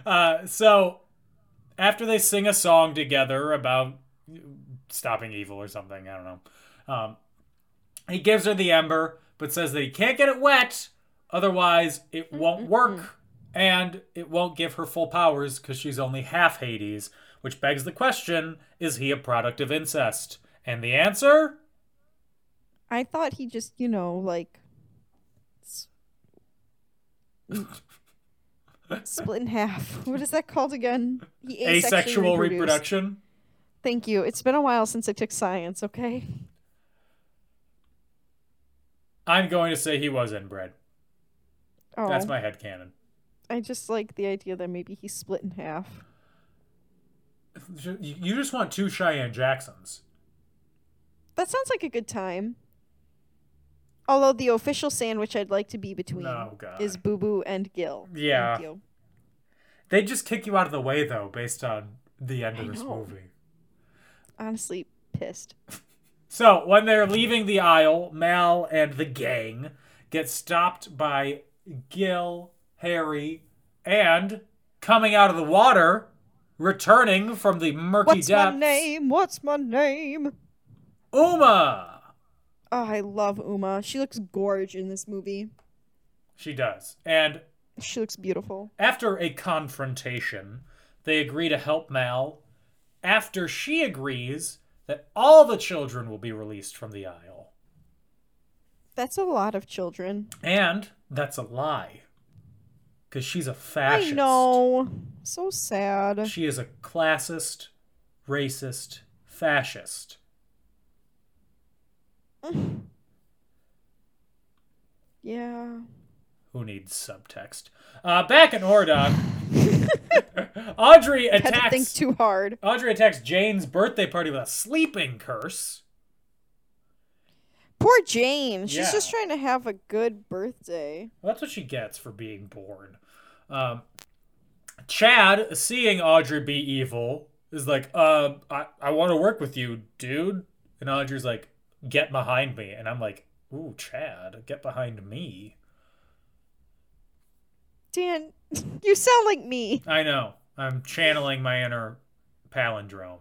[SPEAKER 1] Uh, so after they sing a song together about stopping evil or something, I don't know. Um, he gives her the ember, but says that he can't get it wet, otherwise it won't work, and it won't give her full powers because she's only half Hades. Which begs the question: Is he a product of incest? And the answer:
[SPEAKER 2] I thought he just, you know, like s- split in half. <laughs> What is that called again? He asexually
[SPEAKER 1] asexual
[SPEAKER 2] reproduced.
[SPEAKER 1] reproduction.
[SPEAKER 2] Thank you. It's been a while since I took science, okay?
[SPEAKER 1] I'm going to say he was inbred.
[SPEAKER 2] Oh,
[SPEAKER 1] That's my headcanon.
[SPEAKER 2] I just like the idea that maybe he split in half.
[SPEAKER 1] You you just want two Cheyenne Jacksons.
[SPEAKER 2] That sounds like a good time. Although the official sandwich I'd like to be between
[SPEAKER 1] Oh, God.
[SPEAKER 2] is Boo Boo and Gil.
[SPEAKER 1] Yeah.
[SPEAKER 2] Thank you.
[SPEAKER 1] They just kick you out of the way though, based on the end of this movie.
[SPEAKER 2] Honestly, pissed.
[SPEAKER 1] So when they're leaving the aisle, Mal and the gang get stopped by Gil, Harry, and coming out of the water, returning from the murky
[SPEAKER 2] What's
[SPEAKER 1] depths,
[SPEAKER 2] my name? What's my name?
[SPEAKER 1] Uma.
[SPEAKER 2] Oh, I love Uma. She looks gorge in this movie.
[SPEAKER 1] She does, and
[SPEAKER 2] She looks beautiful.
[SPEAKER 1] After a confrontation, they agree to help Mal after she agrees that all the children will be released from the Isle.
[SPEAKER 2] That's a lot of children.
[SPEAKER 1] And that's a lie. Because she's a fascist.
[SPEAKER 2] I know. So sad.
[SPEAKER 1] She is a classist, racist, fascist.
[SPEAKER 2] Yeah.
[SPEAKER 1] Who needs subtext? Uh, back in
[SPEAKER 2] <laughs>
[SPEAKER 1] Ordon, Audrey
[SPEAKER 2] Had to think
[SPEAKER 1] attacks
[SPEAKER 2] too hard.
[SPEAKER 1] Audrey attacks Jane's birthday party with a sleeping curse.
[SPEAKER 2] Poor Jane. She's
[SPEAKER 1] Yeah.
[SPEAKER 2] just trying to have a good birthday.
[SPEAKER 1] Well, that's what she gets for being born. Um, Chad, seeing Audrey be evil, is like, uh, I, I want to work with you, dude. And Audrey's like, get behind me. And I'm like, ooh, Chad, get behind me.
[SPEAKER 2] Dan, <laughs> you sound like me.
[SPEAKER 1] I know. I'm channeling my inner palindrome.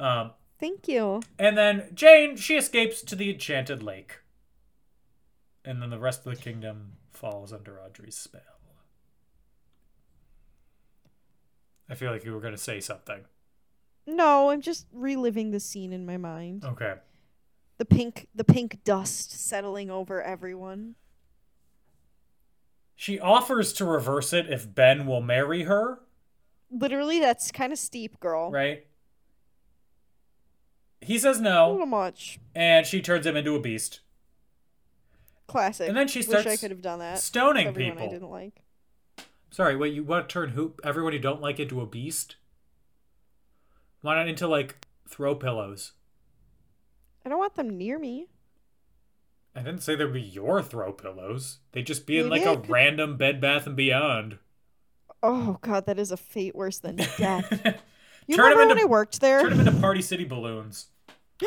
[SPEAKER 1] Um,
[SPEAKER 2] Thank you.
[SPEAKER 1] and then Jane, she escapes to the enchanted lake. And then the rest of the kingdom falls under Audrey's spell. I feel like you were going to say something.
[SPEAKER 2] No, I'm just reliving the scene in my mind.
[SPEAKER 1] Okay.
[SPEAKER 2] The pink the pink dust settling over everyone.
[SPEAKER 1] She offers to reverse it if Ben will marry her,
[SPEAKER 2] Literally, that's kind of steep, girl.
[SPEAKER 1] right? He says
[SPEAKER 2] A little
[SPEAKER 1] no,
[SPEAKER 2] much.
[SPEAKER 1] and she turns him into a beast.
[SPEAKER 2] Classic.
[SPEAKER 1] And then she
[SPEAKER 2] Wish I
[SPEAKER 1] starts
[SPEAKER 2] could have done that. with
[SPEAKER 1] stoning
[SPEAKER 2] everyone
[SPEAKER 1] people.
[SPEAKER 2] I didn't like.
[SPEAKER 1] Sorry, wait, you want to turn who everyone you don't like into a beast? Why not into like throw pillows?
[SPEAKER 2] I don't want them near me.
[SPEAKER 1] I didn't say there'd be your throw pillows. They'd just be in
[SPEAKER 2] Maybe
[SPEAKER 1] like a
[SPEAKER 2] I could-
[SPEAKER 1] random Bed Bath and
[SPEAKER 2] <laughs>
[SPEAKER 1] Beyond.
[SPEAKER 2] Oh god, that is a fate
[SPEAKER 1] <laughs>
[SPEAKER 2] worse than death. You
[SPEAKER 1] Turn 'em
[SPEAKER 2] remember when
[SPEAKER 1] into-
[SPEAKER 2] I worked there?
[SPEAKER 1] Turn them into Party City balloons.
[SPEAKER 2] <gasps>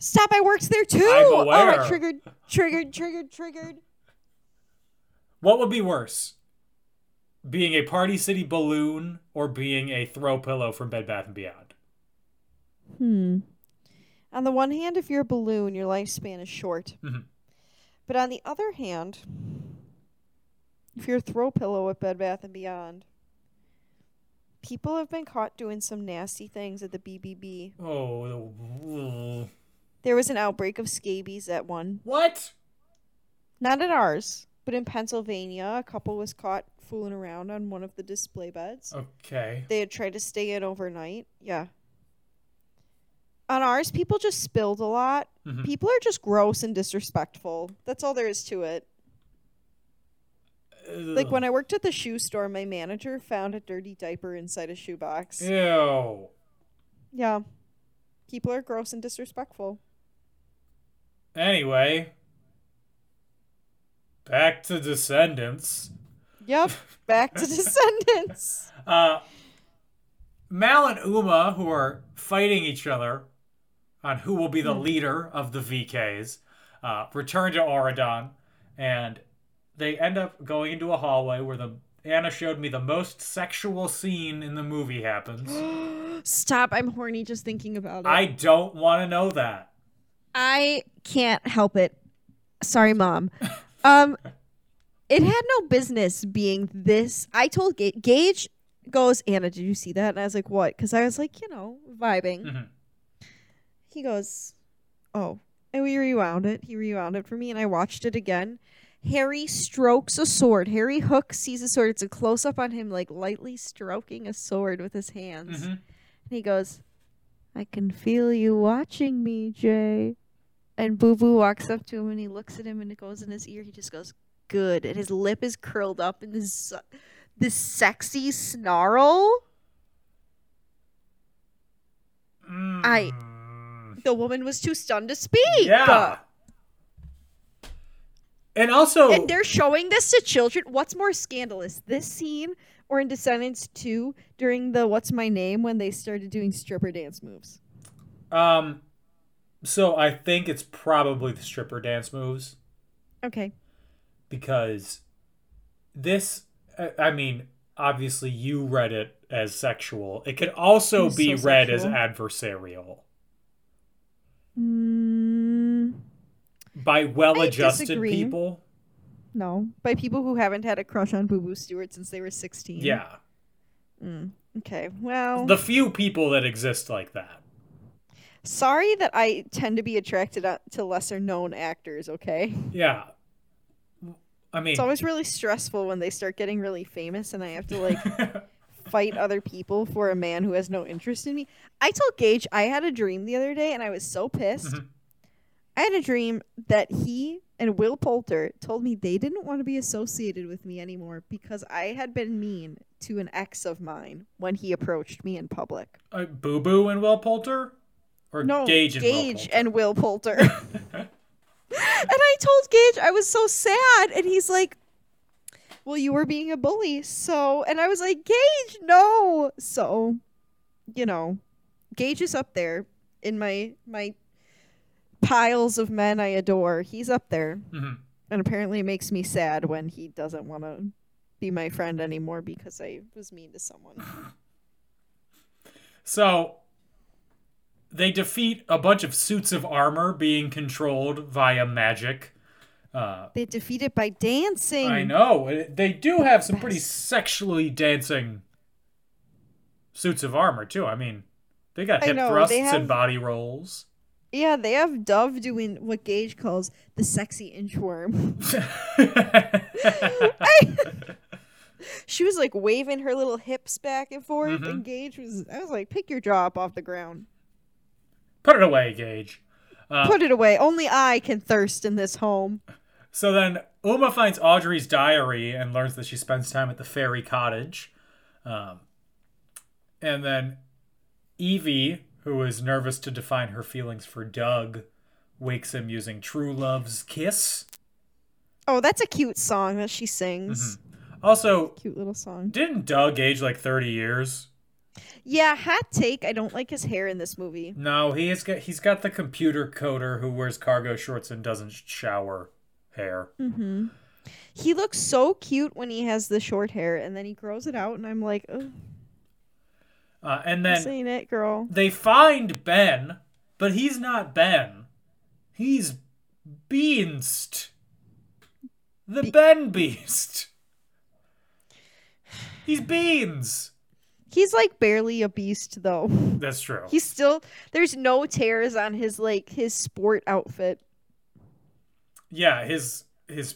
[SPEAKER 2] Stop! I worked there too.
[SPEAKER 1] I'm
[SPEAKER 2] Oh, I
[SPEAKER 1] aware.
[SPEAKER 2] triggered, triggered, triggered, triggered.
[SPEAKER 1] What would be worse? Being a Party City balloon or being a throw pillow from Bed Bath and Beyond?
[SPEAKER 2] Hmm. On the one hand, if you're a balloon, your lifespan is short.
[SPEAKER 1] Mhm.
[SPEAKER 2] But on the other hand, if you're a throw pillow at Bed Bath and Beyond, people have been caught doing some nasty things at the BBB.
[SPEAKER 1] Oh, the-
[SPEAKER 2] There was an outbreak of scabies at one,
[SPEAKER 1] what?
[SPEAKER 2] not at ours, but in Pennsylvania, a couple was caught fooling around on one of the display beds.
[SPEAKER 1] Oh. Okay.
[SPEAKER 2] They had tried to stay in overnight. Yeah. On ours, people just spilled a lot.
[SPEAKER 1] Mhm.
[SPEAKER 2] People are just gross and disrespectful. That's all there is to it. Like when I worked at the shoe store, my manager found a dirty diaper inside a shoebox.
[SPEAKER 1] Eh.
[SPEAKER 2] Yeah.
[SPEAKER 1] Ew.
[SPEAKER 2] People are gross and disrespectful.
[SPEAKER 1] Anyway, back to Descendants.
[SPEAKER 2] Yep. Back to Descendants.
[SPEAKER 1] Uh, Mal and Uma, who are fighting each other on who will be the
[SPEAKER 2] Hmm.
[SPEAKER 1] leader of the VKs, uh, return to Oridon, and they end up going into a hallway where the Anna showed me the most sexual scene in the movie happens.
[SPEAKER 2] <gasps> <gasps> Stop. I'm horny just thinking about it.
[SPEAKER 1] I don't want to know that.
[SPEAKER 2] I can't help it. Sorry, mom. Um, it had no business being this. I told Ga- Gage goes, Anna, did you see that? And I was like, what? Because I was like, you know, vibing.
[SPEAKER 1] <laughs> Mhm.
[SPEAKER 2] He goes, oh, and we rewound it. He rewound it for me, and I watched it again. Harry strokes a sword. Harry Hook sees a sword. It's a close up on him, like lightly stroking a sword with his hands.
[SPEAKER 1] Mhm.
[SPEAKER 2] And he goes, I can feel you watching me, Jay. And Boo Boo walks up to him and he looks at him and it goes in his ear. He just goes, Good. And his lip is curled up in this, this sexy snarl.
[SPEAKER 1] Mm-hmm. Mm.
[SPEAKER 2] I- The woman was too stunned to speak.
[SPEAKER 1] Yeah. And also,
[SPEAKER 2] And they're showing this to children. What's more scandalous, this scene or in Descendants 2 during the What's My Name when they started doing stripper dance moves?
[SPEAKER 1] um, so I think it's probably the stripper dance moves
[SPEAKER 2] Okay.
[SPEAKER 1] because this, I- I mean, obviously you read it as sexual. It could
[SPEAKER 2] It
[SPEAKER 1] also
[SPEAKER 2] was
[SPEAKER 1] be
[SPEAKER 2] so
[SPEAKER 1] read
[SPEAKER 2] sexual.
[SPEAKER 1] as adversarial
[SPEAKER 2] Mm,
[SPEAKER 1] by well-adjusted
[SPEAKER 2] disagree.
[SPEAKER 1] people.
[SPEAKER 2] no. By people who haven't had a crush on Boo Boo Stewart since they were 16.
[SPEAKER 1] Yeah.
[SPEAKER 2] Okay. Well,
[SPEAKER 1] The few people that exist like that.
[SPEAKER 2] sorry that I tend to be attracted uh, to lesser known actors, okay?
[SPEAKER 1] Yeah. I mean,
[SPEAKER 2] It's always really stressful when they start getting really famous and I have to like fight other people for a man who has no interest in me. I told Gage I had a dream the other day and I was so pissed.
[SPEAKER 1] Mhm.
[SPEAKER 2] I had a dream that he and Will Poulter told me they didn't want to be associated with me anymore because I had been mean to an ex of mine when he approached me in public.
[SPEAKER 1] uh, Boo Boo and Will Poulter? Or
[SPEAKER 2] No,
[SPEAKER 1] Gage and Will Poulter?
[SPEAKER 2] and
[SPEAKER 1] <laughs>
[SPEAKER 2] Will Poulter. <laughs> and I told Gage I was so sad, and he's like, "Well, you were being a bully, so." And I was like, "Gage, no." So, you know, Gage is up there in my my piles of men I adore. He's up there,
[SPEAKER 1] Mhm.
[SPEAKER 2] and apparently it makes me sad when he doesn't want to be my friend anymore because I was mean to someone.
[SPEAKER 1] So they defeat a bunch of suits of armor being controlled via magic. Uh,
[SPEAKER 2] they defeat it by dancing.
[SPEAKER 1] I know. it- They do have some pretty sexually dancing suits of armor, too. I mean, they got
[SPEAKER 2] I
[SPEAKER 1] hip
[SPEAKER 2] know, they
[SPEAKER 1] thrusts
[SPEAKER 2] have-
[SPEAKER 1] and body rolls. <laughs>
[SPEAKER 2] Yeah, they have Dove doing what Gage calls the sexy inchworm. she was like waving her little hips back and forth, and Gage was, I was like, pick your jaw up off the ground.
[SPEAKER 1] Put it away, Gage.
[SPEAKER 2] Put it away. Only I can thirst in this home.
[SPEAKER 1] So then Uma finds Audrey's diary and learns that she spends time at the fairy cottage. Um, and then Evie, who is nervous to define her feelings for Doug, wakes him using True Love's Kiss.
[SPEAKER 2] Oh, that's a cute song that she sings.
[SPEAKER 1] Also,
[SPEAKER 2] Cute little song.
[SPEAKER 1] didn't Doug age like 30 years?
[SPEAKER 2] Yeah, hot take. I don't like his hair in this movie.
[SPEAKER 1] No, he has got, he's got the computer coder who wears cargo shorts and doesn't shower hair.
[SPEAKER 2] Mm-hmm. He looks so cute when he has the short hair, and then he grows it out, and I'm like, oh,
[SPEAKER 1] Uh, and
[SPEAKER 2] i
[SPEAKER 1] then
[SPEAKER 2] saying it, girl.
[SPEAKER 1] they find Ben, but he's not Ben. He's Beanst. The Ben Beast. He's Beans.
[SPEAKER 2] He's like barely a beast, though.
[SPEAKER 1] That's true.
[SPEAKER 2] He's still there's no tears on his like his sport outfit.
[SPEAKER 1] yeah, his his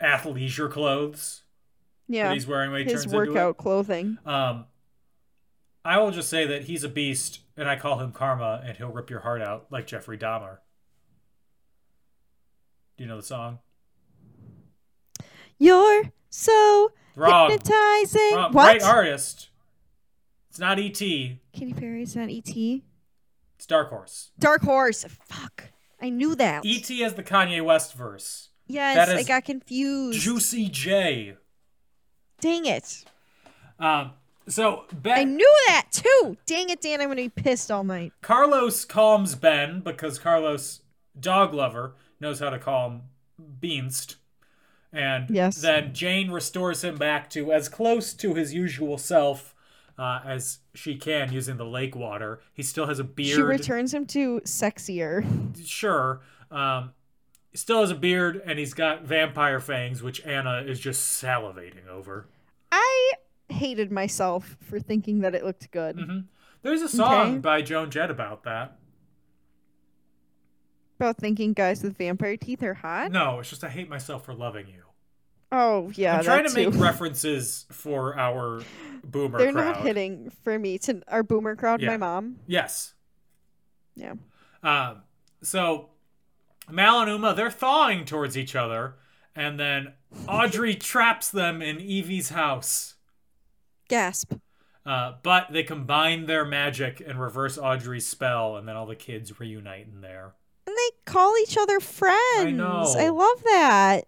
[SPEAKER 1] athleisure clothes
[SPEAKER 2] Yeah.
[SPEAKER 1] that he's wearing when he
[SPEAKER 2] his
[SPEAKER 1] turns
[SPEAKER 2] workout clothing.
[SPEAKER 1] into it. Um, I will just say that he's a beast, and I call him Karma, and he'll rip your heart out like Jeffrey Dahmer. Do you know the song?
[SPEAKER 2] You're so
[SPEAKER 1] Wrong.
[SPEAKER 2] hypnotizing.
[SPEAKER 1] Wrong.
[SPEAKER 2] What?
[SPEAKER 1] Right artist. It's not E.T.
[SPEAKER 2] Katy Perry's on E ET.
[SPEAKER 1] It's Dark Horse.
[SPEAKER 2] Dark Horse. Fuck. I knew that.
[SPEAKER 1] E.T. has the Kanye West verse.
[SPEAKER 2] Yes,
[SPEAKER 1] E that
[SPEAKER 2] I
[SPEAKER 1] is
[SPEAKER 2] got confused.
[SPEAKER 1] Juicy J.
[SPEAKER 2] Dang it.
[SPEAKER 1] Um, so Ben
[SPEAKER 2] I knew that too. Dang it, Dan. I'm going to be pissed all night.
[SPEAKER 1] Carlos calms Ben because Carlos, dog lover, knows how to calm Beanst, And
[SPEAKER 2] Yes.
[SPEAKER 1] then Jane restores him back to as close to his usual self uh, as she can using the lake water. He still has a beard.
[SPEAKER 2] She returns him to sexier.
[SPEAKER 1] sure. Um, still has a beard and he's got vampire fangs, which Anna is just salivating over.
[SPEAKER 2] I hated myself for thinking that it looked good.
[SPEAKER 1] Mm-hmm. There's a song
[SPEAKER 2] Okay.
[SPEAKER 1] by Joan Jett about that.
[SPEAKER 2] About thinking guys with vampire teeth are hot.
[SPEAKER 1] No, it's just I hate myself for loving you.
[SPEAKER 2] Oh yeah,
[SPEAKER 1] I'm trying
[SPEAKER 2] that
[SPEAKER 1] to make
[SPEAKER 2] too. <laughs>
[SPEAKER 1] references for our boomer
[SPEAKER 2] They're
[SPEAKER 1] crowd.
[SPEAKER 2] not hitting for me to our boomer crowd.
[SPEAKER 1] Yeah.
[SPEAKER 2] My mom.
[SPEAKER 1] Yes.
[SPEAKER 2] Yeah.
[SPEAKER 1] Um, so Mal and Uma, they're thawing towards each other, and then
[SPEAKER 2] <laughs>
[SPEAKER 1] Audrey traps them in Evie's house.
[SPEAKER 2] Gasp.
[SPEAKER 1] Uh, but they combine their magic and reverse Audrey's spell, and then all the kids reunite in there.
[SPEAKER 2] And they call each other friends.
[SPEAKER 1] know.
[SPEAKER 2] I love that.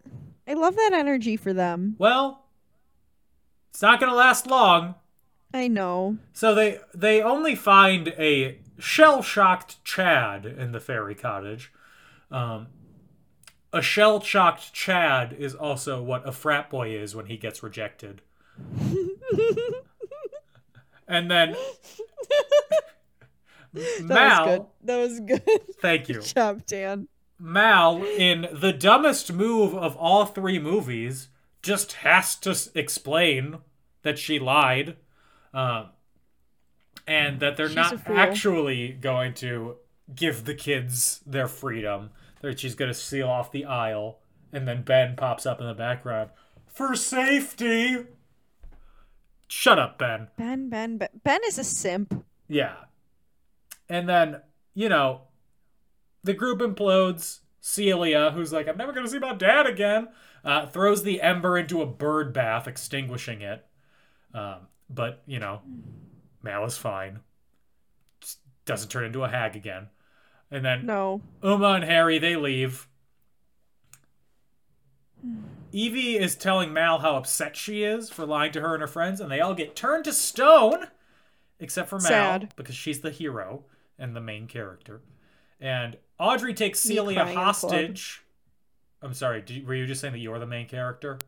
[SPEAKER 2] I love that energy for them.
[SPEAKER 1] Well, it's not going to last long.
[SPEAKER 2] I
[SPEAKER 1] <laughs>
[SPEAKER 2] know.
[SPEAKER 1] So they they only find a shell shocked Chad in the fairy cottage. Um, a shell shocked Chad is also what a frat boy is when he gets rejected. and then
[SPEAKER 2] <laughs> That was good.
[SPEAKER 1] Mal,
[SPEAKER 2] That was good. <laughs>
[SPEAKER 1] thank you.
[SPEAKER 2] good job, Dan.
[SPEAKER 1] Mal, in the dumbest move of all three movies, just has to s- explain that she lied, uh, and that they're
[SPEAKER 2] a
[SPEAKER 1] not
[SPEAKER 2] fool.
[SPEAKER 1] actually going to give the kids their freedom. That she's going to seal off the aisle, and then Ben pops up in the background for safety. Shut up, Ben.
[SPEAKER 2] Ben, Ben, Ben. Ben is a simp.
[SPEAKER 1] Yeah. And then, you know, the group implodes. Celia, who's like, I'm never going to see my dad again, uh, throws the ember into a bird bath, extinguishing it. Um, but, you know, Mal is fine. Just doesn't turn into a hag again. And then
[SPEAKER 2] No.
[SPEAKER 1] Uma and Harry, they leave. Evie is telling Mal how upset she is for lying to her and her friends, and they all get turned to stone, except for Mal,
[SPEAKER 2] Sad.
[SPEAKER 1] because she's the hero and the main character. And Audrey takes
[SPEAKER 2] Me
[SPEAKER 1] Celia
[SPEAKER 2] crying in the club.
[SPEAKER 1] hostage. I'm sorry, did, were you just saying that you're the main character?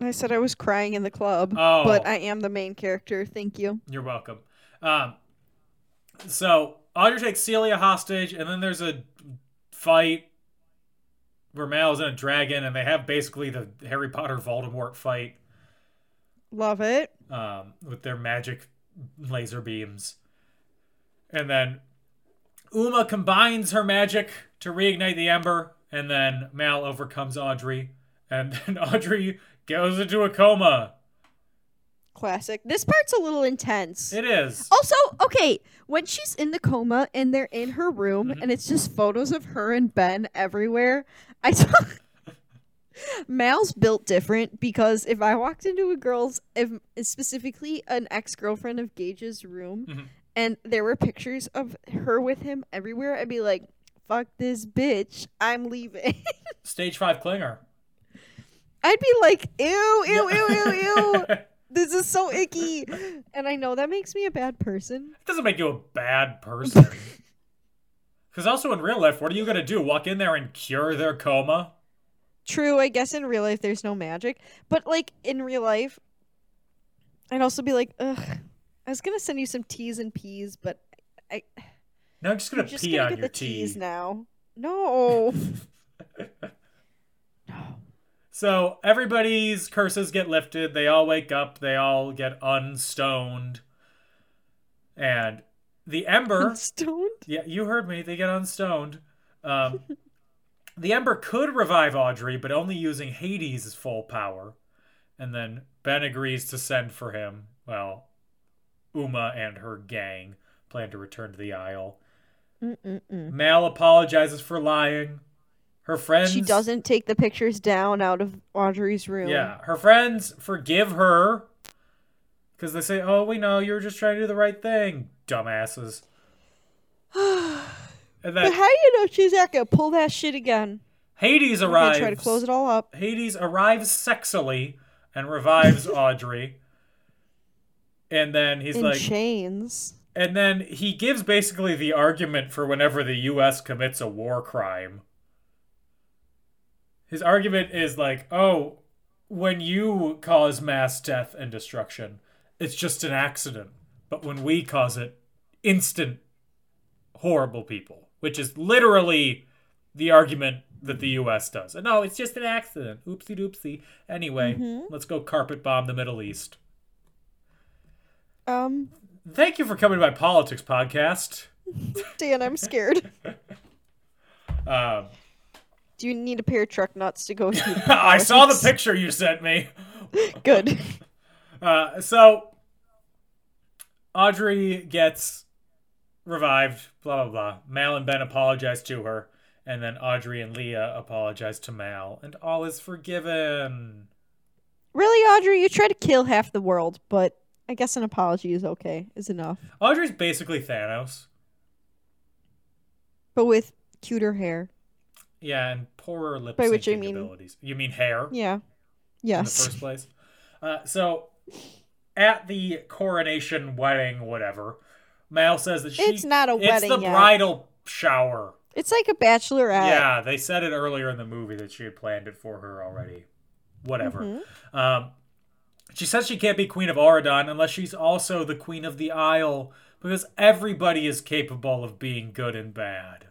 [SPEAKER 2] I said I was crying in the club,
[SPEAKER 1] Oh.
[SPEAKER 2] but I am the main character. Thank you.
[SPEAKER 1] You're welcome. Um, so Audrey takes Celia hostage, and then there's a fight where Mal's in a dragon, and they have basically the Harry Potter Voldemort fight
[SPEAKER 2] Love it.
[SPEAKER 1] um, with their magic laser beams. And then Uma combines her magic to reignite the ember, and then Mal overcomes Audrey, and <laughs> then Audrey goes into a coma.
[SPEAKER 2] Classic. This part's a little intense.
[SPEAKER 1] It is.
[SPEAKER 2] Also, okay, when she's in the coma and they're in her room and it's just photos of her and Ben everywhere, I <laughs> thought Mal's built different because if I walked into a girl's, if, specifically an ex girlfriend of Gage's room, and there were pictures of her with him everywhere, I'd be like, fuck this bitch, I'm leaving. <laughs>
[SPEAKER 1] Stage five clinger.
[SPEAKER 2] I'd be like, ew, ew, ew, ew, ew. This is so icky. And I know that makes me a bad person.
[SPEAKER 1] It doesn't make you a bad
[SPEAKER 2] <laughs>
[SPEAKER 1] person. Because also in real life, what are you gonna do? Walk in there and cure their coma?
[SPEAKER 2] True, I guess in real life there's no magic, but like in real life, I'd also be like, ugh. I was gonna send you some teas and peas, but
[SPEAKER 1] <laughs>
[SPEAKER 2] I
[SPEAKER 1] No, I'm just
[SPEAKER 2] I'm
[SPEAKER 1] gonna
[SPEAKER 2] just
[SPEAKER 1] pee
[SPEAKER 2] gonna
[SPEAKER 1] on
[SPEAKER 2] get
[SPEAKER 1] your
[SPEAKER 2] the
[SPEAKER 1] tea.
[SPEAKER 2] teas now.
[SPEAKER 1] <laughs>
[SPEAKER 2] No,
[SPEAKER 1] So everybody's curses get lifted. They all wake up. They all get unstoned. And the ember.
[SPEAKER 2] <laughs> I'm stoned.
[SPEAKER 1] Yeah, you heard me. They get unstoned. Um, <laughs> the Ember could revive Audrey, but only using Hades' full power. And then Ben agrees to send for him. Well, Uma and her gang plan to return to the Isle.
[SPEAKER 2] Mm-mm-mm.
[SPEAKER 1] Mal apologizes for lying. Her friends.
[SPEAKER 2] She doesn't take the pictures down out of Audrey's room.
[SPEAKER 1] Yeah, her friends forgive her because they say, "Oh, we know you were just trying to do the right thing,
[SPEAKER 2] <sighs>
[SPEAKER 1] dumbasses." and
[SPEAKER 2] But
[SPEAKER 1] then
[SPEAKER 2] how do you know she's not gonna pull that shit again?
[SPEAKER 1] Hades
[SPEAKER 2] I'm gonna
[SPEAKER 1] arrives.
[SPEAKER 2] try to close it all up.
[SPEAKER 1] Hades arrives sexily and revives Audrey. And then he's
[SPEAKER 2] in
[SPEAKER 1] like,
[SPEAKER 2] chains.
[SPEAKER 1] and then he gives basically the argument for whenever the U.S. commits a war crime. He's his argument is like, oh, when you cause mass death and destruction, it's just an accident. But when we cause it, instant horrible people, which is literally the argument that the US does. And no, it's just an accident. Oopsie doopsie. Anyway, let's go carpet bomb the Middle East.
[SPEAKER 2] Um,
[SPEAKER 1] Thank you for coming to my politics podcast.
[SPEAKER 2] Dan,
[SPEAKER 1] <laughs>
[SPEAKER 2] I'm scared.
[SPEAKER 1] Um,
[SPEAKER 2] Do you need a pair of truck nuts
[SPEAKER 1] <laughs>
[SPEAKER 2] to go to?
[SPEAKER 1] I saw the picture you sent me.
[SPEAKER 2] Good. <laughs>
[SPEAKER 1] Uh, so Audrey gets revived, blah blah blah. Mal and Ben apologize to her, and then Audrey and Leah apologize to Mal, and all is forgiven.
[SPEAKER 2] Really, Audrey, you try to kill half the world, but I guess an apology is okay, is enough.
[SPEAKER 1] Audrey's basically Thanos.
[SPEAKER 2] But with cuter hair.
[SPEAKER 1] Yeah, and poorer lip
[SPEAKER 2] By which I
[SPEAKER 1] syncing
[SPEAKER 2] mean-
[SPEAKER 1] abilities. You mean hair?
[SPEAKER 2] Yeah.
[SPEAKER 1] in the
[SPEAKER 2] Yes.
[SPEAKER 1] first place. Uh, so at the coronation wedding, whatever, Mal says that she
[SPEAKER 2] It's not a wedding
[SPEAKER 1] It's the
[SPEAKER 2] yet.
[SPEAKER 1] bridal shower.
[SPEAKER 2] It's like a bachelorette.
[SPEAKER 1] Yeah, they said it earlier in the movie that she had planned it for her already. Whatever.
[SPEAKER 2] Mm-hmm.
[SPEAKER 1] Um, she says she can't be queen of Auradon unless she's also the queen of the Isle, because everybody is capable of being good and bad.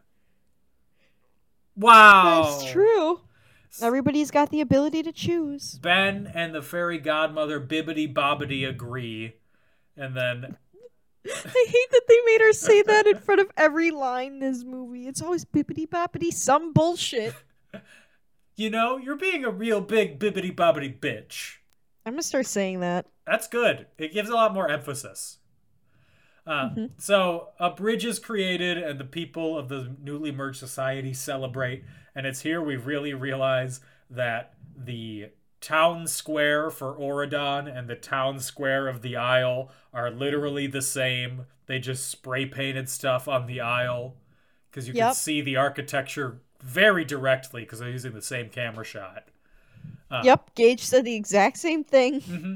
[SPEAKER 1] Wow,
[SPEAKER 2] That's true. Everybody's got the ability
[SPEAKER 1] <laughs>
[SPEAKER 2] to choose.
[SPEAKER 1] Ben and the fairy godmother Bibbity Bobbity agree, and then
[SPEAKER 2] I hate that they made her say that in front of every line in this movie. It's always bippity boppity, some bullshit.
[SPEAKER 1] you know you're being a real big Bibbity Bobbity bitch.
[SPEAKER 2] I'm gonna start saying that.
[SPEAKER 1] That's good. It gives a lot more emphasis. Uh, So a bridge is created, and the people of the newly merged society celebrate. And it's here we really realize that the town square for Oradon and the town square of the Isle are literally the same. They just spray painted stuff on the Isle because you can
[SPEAKER 2] Yep.
[SPEAKER 1] see the architecture very directly because they're using the same camera shot. Uh.
[SPEAKER 2] Yep, Gage said the exact same thing.
[SPEAKER 1] Mm-hmm.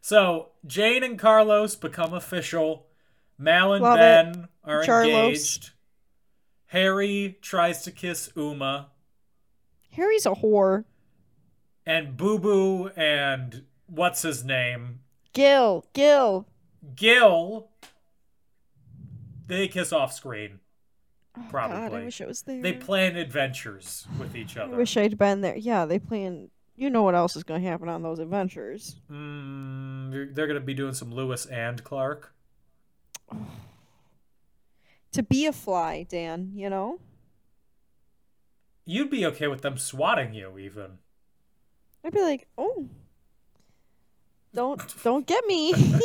[SPEAKER 1] So Jane and Carlos become official. Mal and
[SPEAKER 2] Love
[SPEAKER 1] Ben are
[SPEAKER 2] Charlos.
[SPEAKER 1] engaged. Harry tries to kiss Uma,
[SPEAKER 2] Harry's a whore.
[SPEAKER 1] and Boo Boo and what's his name,
[SPEAKER 2] Gil, Gil.
[SPEAKER 1] Gil. They kiss off screen.
[SPEAKER 2] Oh, God,
[SPEAKER 1] Probably.
[SPEAKER 2] I wish I was there.
[SPEAKER 1] They plan adventures with each
[SPEAKER 2] Mm-hmm. I
[SPEAKER 1] other.
[SPEAKER 2] wish I'd been there. Yeah, they plan. You know what else is gonna happen on those adventures?
[SPEAKER 1] Mm, they're- they're gonna be doing some Lewis and Clark.
[SPEAKER 2] To be a fly, Dan. You know.
[SPEAKER 1] You'd be okay with them swatting you, even.
[SPEAKER 2] I'd be like, oh,
[SPEAKER 1] <laughs>
[SPEAKER 2] don't don't get me. <laughs>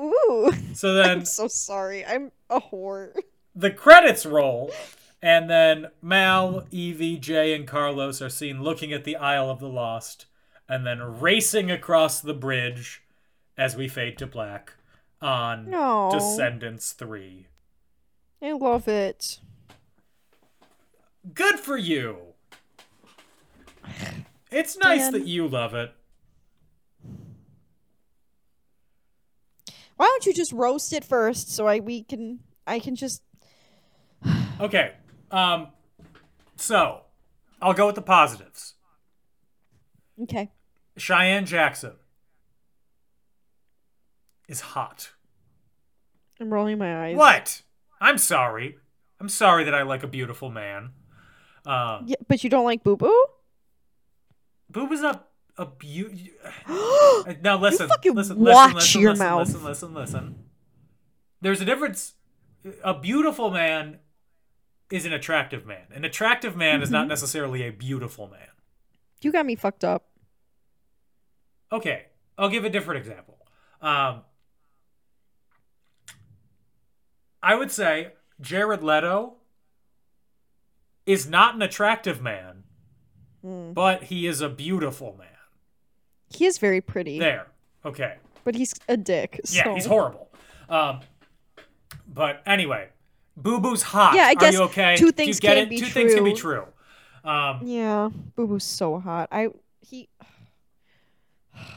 [SPEAKER 2] Ooh, <laughs>
[SPEAKER 1] So then
[SPEAKER 2] I'm so sorry. I'm a whore.
[SPEAKER 1] the credits roll, and then Mal, Evie, Jay, and Carlos are seen looking at the Isle of the Lost, and then racing across the bridge as we fade to black on
[SPEAKER 2] No.
[SPEAKER 1] Descendants 3.
[SPEAKER 2] I love it.
[SPEAKER 1] Good for you! It's nice
[SPEAKER 2] Dan.
[SPEAKER 1] that you love it.
[SPEAKER 2] Why don't you just roast it first so I we can I can just
[SPEAKER 1] Okay, um, so I'll go with the positives.
[SPEAKER 2] okay.
[SPEAKER 1] Cheyenne Jackson is hot.
[SPEAKER 2] I'm rolling my eyes.
[SPEAKER 1] What? I'm sorry. I'm sorry that I like a beautiful man. Um,
[SPEAKER 2] Yeah, but you don't like Boo Boo?
[SPEAKER 1] Boob is not a
[SPEAKER 2] <gasps>
[SPEAKER 1] beauty.
[SPEAKER 2] oh
[SPEAKER 1] Now listen,
[SPEAKER 2] fucking
[SPEAKER 1] listen, listen,
[SPEAKER 2] watch
[SPEAKER 1] listen,
[SPEAKER 2] your
[SPEAKER 1] listen,
[SPEAKER 2] mouth.
[SPEAKER 1] listen, listen, listen. There's a difference. A beautiful man is an attractive man. An attractive man is
[SPEAKER 2] Mm-hmm.
[SPEAKER 1] not necessarily a beautiful man.
[SPEAKER 2] you got me fucked up.
[SPEAKER 1] Okay, I'll give a different example. Um, I would say Jared Leto is not an attractive man,
[SPEAKER 2] Hmm.
[SPEAKER 1] but he is a beautiful man.
[SPEAKER 2] He is very pretty,
[SPEAKER 1] There. Okay.
[SPEAKER 2] but he's a dick.
[SPEAKER 1] Yeah,
[SPEAKER 2] so-
[SPEAKER 1] he's horrible. Um, but anyway, Boo Boo's hot.
[SPEAKER 2] Yeah, I guess
[SPEAKER 1] Are you okay?
[SPEAKER 2] two
[SPEAKER 1] Do you
[SPEAKER 2] things
[SPEAKER 1] get
[SPEAKER 2] can
[SPEAKER 1] it?
[SPEAKER 2] be
[SPEAKER 1] two things can be true.
[SPEAKER 2] true.
[SPEAKER 1] Um,
[SPEAKER 2] Yeah, Boo Boo's so hot. I he. <sighs>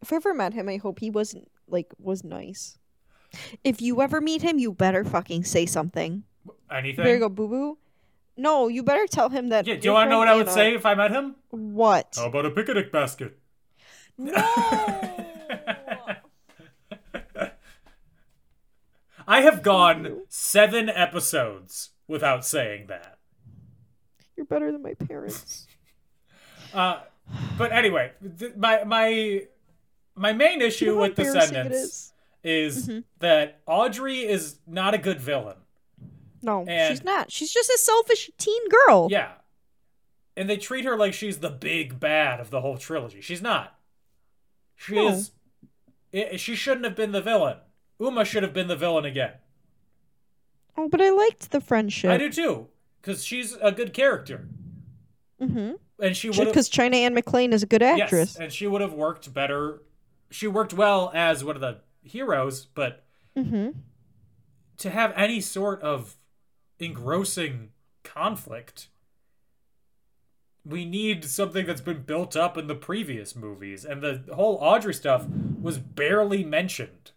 [SPEAKER 2] If I ever met him, I hope he wasn't like was nice. If you ever meet him, you better fucking say something.
[SPEAKER 1] anything?
[SPEAKER 2] There you go, Boo Boo. No, you better tell him that.
[SPEAKER 1] Yeah, do you
[SPEAKER 2] your
[SPEAKER 1] want to know
[SPEAKER 2] friend
[SPEAKER 1] what I would
[SPEAKER 2] Anna-
[SPEAKER 1] say Oh. if I met him?
[SPEAKER 2] What?
[SPEAKER 1] about a picnic basket? <laughs> I have gone seven episodes without saying that.
[SPEAKER 2] You're better than
[SPEAKER 1] <laughs>
[SPEAKER 2] my parents.
[SPEAKER 1] Uh, but anyway, th- my my my main issue
[SPEAKER 2] You know how
[SPEAKER 1] with the
[SPEAKER 2] embarrassing it
[SPEAKER 1] sentence
[SPEAKER 2] is? Mm-hmm.
[SPEAKER 1] is, that Audrey is not a good villain.
[SPEAKER 2] No, she's
[SPEAKER 1] And-
[SPEAKER 2] not. She's just a selfish teen girl.
[SPEAKER 1] Yeah, and they treat her like she's the big bad of the whole trilogy. She's not. She
[SPEAKER 2] No.
[SPEAKER 1] is. i she shouldn't have been the villain. Uma should have been the villain again.
[SPEAKER 2] Oh, but I liked the friendship.
[SPEAKER 1] I do too, because she's a good character,
[SPEAKER 2] Mm-hmm.
[SPEAKER 1] and she would
[SPEAKER 2] Because China Ann McClain is a good actress.
[SPEAKER 1] Yes, and she would have worked better. She worked well as one of the heroes, but
[SPEAKER 2] Mm-hmm.
[SPEAKER 1] to have any sort of engrossing conflict, we need something that's been built up in the previous movies. And the whole Audrey stuff was barely mentioned.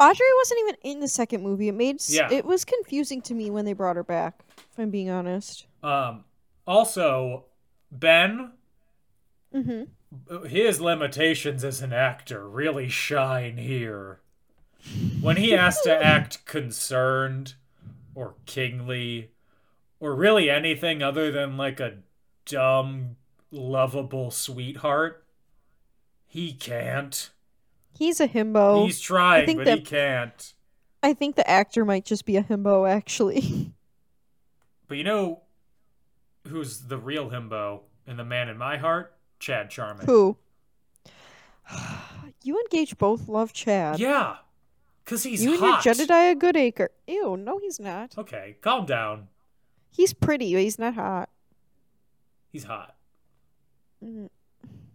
[SPEAKER 2] Audrey wasn't even in the second movie. It made s-
[SPEAKER 1] Yeah.
[SPEAKER 2] it was confusing to me when they brought her back. If I'm being honest.
[SPEAKER 1] Um, also, Ben,
[SPEAKER 2] Mm-hmm.
[SPEAKER 1] his limitations as an actor really shine here. When he has to
[SPEAKER 2] <laughs>
[SPEAKER 1] act concerned or kingly or really anything other than like a dumb, lovable sweetheart, he can't.
[SPEAKER 2] He's a himbo.
[SPEAKER 1] He's trying,
[SPEAKER 2] Oh, think
[SPEAKER 1] but he
[SPEAKER 2] that-
[SPEAKER 1] can't.
[SPEAKER 2] I think the actor might just be a himbo, actually. <laughs>
[SPEAKER 1] But you know who's the real himbo and the man in my heart? Chad Charman.
[SPEAKER 2] Who? <sighs> you and Gage both love Chad.
[SPEAKER 1] Yeah. Cause he's
[SPEAKER 2] you
[SPEAKER 1] hot.
[SPEAKER 2] and your Jedediah Goodacre. Ew, no, he's not.
[SPEAKER 1] okay, calm down.
[SPEAKER 2] He's pretty, but he's not hot.
[SPEAKER 1] He's hot.
[SPEAKER 2] Mm.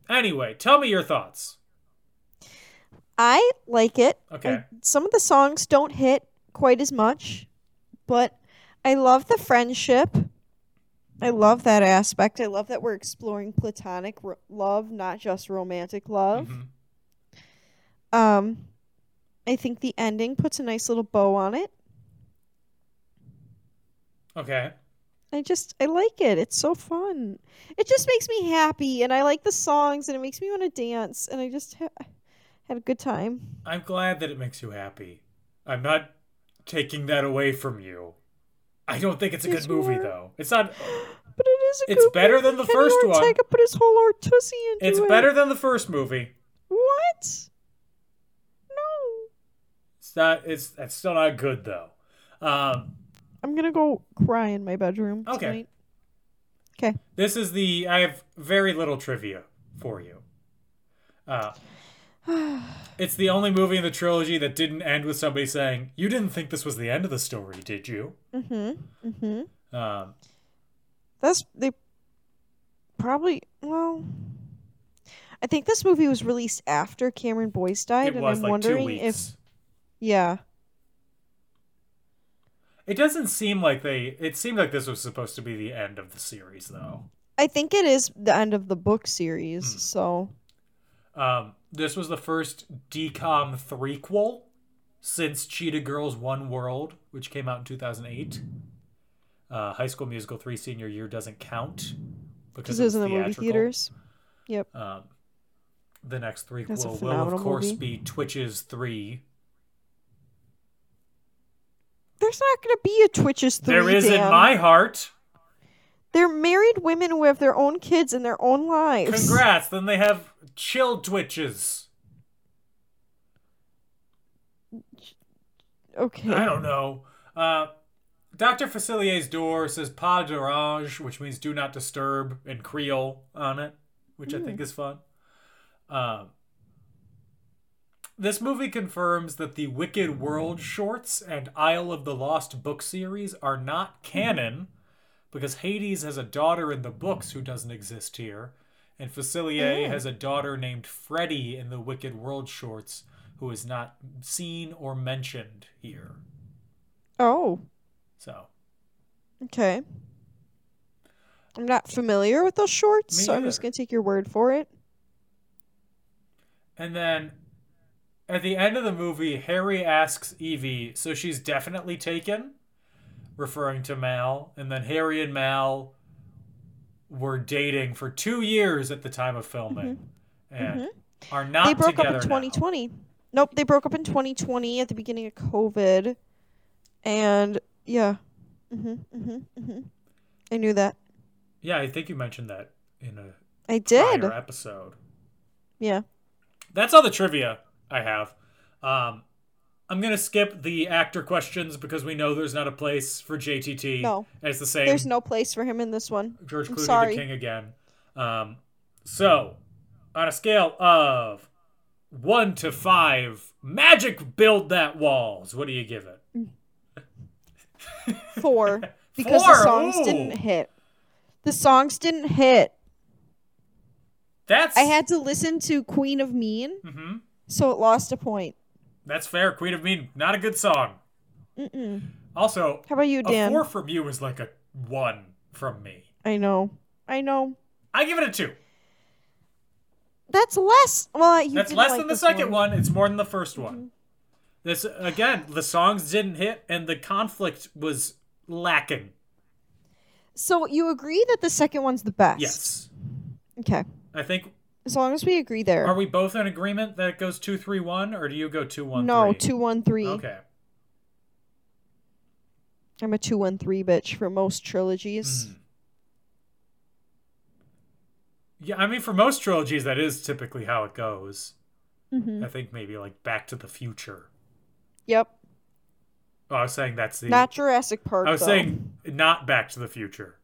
[SPEAKER 1] Anyway, tell me your thoughts.
[SPEAKER 2] I like it.
[SPEAKER 1] Okay.
[SPEAKER 2] I- some of the songs don't hit quite as much, but I love the friendship. I love that aspect. I love that we're exploring platonic ro- love, not just romantic love.
[SPEAKER 1] Mhm. Mm-hmm.
[SPEAKER 2] Um, I think the ending puts a nice little bow on it.
[SPEAKER 1] Okay.
[SPEAKER 2] I just I like it. It's so fun. It just makes me happy, and I like the songs, and it makes me want to dance, and I just ha- had a good time.
[SPEAKER 1] I'm glad that it makes you happy. I'm not taking that away from you. I don't think it's a
[SPEAKER 2] It's
[SPEAKER 1] good movie
[SPEAKER 2] more-
[SPEAKER 1] though. It's not
[SPEAKER 2] But it is a
[SPEAKER 1] It's
[SPEAKER 2] good
[SPEAKER 1] better
[SPEAKER 2] movie.
[SPEAKER 1] than the
[SPEAKER 2] Kenny
[SPEAKER 1] first one.
[SPEAKER 2] Ortega put his whole artussy into
[SPEAKER 1] it's
[SPEAKER 2] it.
[SPEAKER 1] better than the first movie.
[SPEAKER 2] What? No,
[SPEAKER 1] It's not it's it's still not good though. Um
[SPEAKER 2] I'm gonna go cry in my bedroom.
[SPEAKER 1] Okay.
[SPEAKER 2] Tonight.
[SPEAKER 1] <sighs>
[SPEAKER 2] Okay.
[SPEAKER 1] this is the I have very little trivia for you. Uh It's the only movie in the trilogy that didn't end with somebody saying, "You didn't think this was the end of the story, did you?"
[SPEAKER 2] Mm-hmm. Mm-hmm.
[SPEAKER 1] Um,
[SPEAKER 2] That's they. Probably well. I think this movie was released after Cameron Boyce died,
[SPEAKER 1] it
[SPEAKER 2] and
[SPEAKER 1] was
[SPEAKER 2] I'm
[SPEAKER 1] like
[SPEAKER 2] wondering
[SPEAKER 1] two weeks.
[SPEAKER 2] if yeah.
[SPEAKER 1] It doesn't seem like they. It seemed like this was supposed to be the end of the series, though.
[SPEAKER 2] I think it is the end of the book series,
[SPEAKER 1] Hmm.
[SPEAKER 2] so
[SPEAKER 1] Um, this was the first DCOM threequel since Cheetah Girls One World, which came out in 2008. Uh, High School Musical 3 senior year doesn't count
[SPEAKER 2] because
[SPEAKER 1] because
[SPEAKER 2] it
[SPEAKER 1] it
[SPEAKER 2] was in the movie
[SPEAKER 1] theatrical.
[SPEAKER 2] theaters. Yep.
[SPEAKER 1] Um, the next
[SPEAKER 2] That's a
[SPEAKER 1] threequel will,
[SPEAKER 2] phenomenal
[SPEAKER 1] of course, be
[SPEAKER 2] movie.
[SPEAKER 1] Twitches 3.
[SPEAKER 2] There's not going to be a Twitches three.
[SPEAKER 1] there is in
[SPEAKER 2] Dan.
[SPEAKER 1] my heart.
[SPEAKER 2] They're married women who have their own kids and their own lives.
[SPEAKER 1] Congrats. Then they have Chill Twitches.
[SPEAKER 2] Okay.
[SPEAKER 1] I don't know. Uh, Dr. Facilier's door says pas d'orange, which means do not disturb in Creole on it, which I think is fun. Um, this movie confirms that the Wicked World shorts and Isle of the Lost book series are not canon because Hades has a daughter in the books who doesn't exist here, and Facilier has a daughter named Freddy in the Wicked World shorts who is not seen or mentioned here.
[SPEAKER 2] Oh,
[SPEAKER 1] So
[SPEAKER 2] okay. I'm not familiar with those shorts,
[SPEAKER 1] Me
[SPEAKER 2] so I'm just
[SPEAKER 1] either.
[SPEAKER 2] going to take your word for it.
[SPEAKER 1] And then at the end of the movie, Harry asks Evie, so she's definitely taken? referring to Mal, and then Harry and Mal were dating for two years at the time of filming, and are not
[SPEAKER 2] Mm-hmm. they broke up
[SPEAKER 1] together
[SPEAKER 2] in
[SPEAKER 1] now.
[SPEAKER 2] 2020. Nope, they broke up in 2020 at the beginning of COVID, and yeah, hmm hmm hmm I knew that.
[SPEAKER 1] Yeah, I think you mentioned that in a
[SPEAKER 2] I did.
[SPEAKER 1] prior episode.
[SPEAKER 2] Yeah.
[SPEAKER 1] That's all the trivia I have. Um, I'm gonna skip the actor questions because we know there's not a place for JTT.
[SPEAKER 2] No.
[SPEAKER 1] and it's the same.
[SPEAKER 2] There's no place for him in this one.
[SPEAKER 1] George
[SPEAKER 2] I'm
[SPEAKER 1] Clooney
[SPEAKER 2] sorry.
[SPEAKER 1] the king again. Um, so, on a scale of one to five, magic build that walls. What do you give it?
[SPEAKER 2] <laughs>
[SPEAKER 1] <laughs>
[SPEAKER 2] Four. Because
[SPEAKER 1] Four,
[SPEAKER 2] the songs
[SPEAKER 1] ooh.
[SPEAKER 2] didn't hit. The songs didn't hit.
[SPEAKER 1] That's
[SPEAKER 2] I had to listen to Queen of Mean,
[SPEAKER 1] Mhm.
[SPEAKER 2] so it lost a point.
[SPEAKER 1] that's fair. Queen of Mean, not a good song.
[SPEAKER 2] Mm-mm.
[SPEAKER 1] Also,
[SPEAKER 2] How about you,
[SPEAKER 1] a
[SPEAKER 2] Dan?
[SPEAKER 1] four from you is like a one from me.
[SPEAKER 2] I know. I know.
[SPEAKER 1] I give it a two.
[SPEAKER 2] That's less. Well, you
[SPEAKER 1] That's
[SPEAKER 2] didn't
[SPEAKER 1] less
[SPEAKER 2] like
[SPEAKER 1] than the
[SPEAKER 2] this Mm-hmm.
[SPEAKER 1] second one. It's more than the first one. This again, the songs didn't hit, and the conflict was lacking.
[SPEAKER 2] So you agree that the second one's the best?
[SPEAKER 1] Yes,
[SPEAKER 2] Okay.
[SPEAKER 1] I think.
[SPEAKER 2] As long as we agree there.
[SPEAKER 1] Are we both in agreement that it goes two, three, one, or do you go two, one,
[SPEAKER 2] no,
[SPEAKER 1] three?
[SPEAKER 2] two one three.
[SPEAKER 1] Okay,
[SPEAKER 2] I'm a two one three bitch for most trilogies.
[SPEAKER 1] Hmm. yeah. I mean, for most trilogies, that is typically how it goes.
[SPEAKER 2] Mhm.
[SPEAKER 1] I think maybe like Back to the Future.
[SPEAKER 2] Yep.
[SPEAKER 1] Oh, I was saying that's the.
[SPEAKER 2] Not Jurassic Park.
[SPEAKER 1] I was
[SPEAKER 2] though.
[SPEAKER 1] saying not Back to the Future.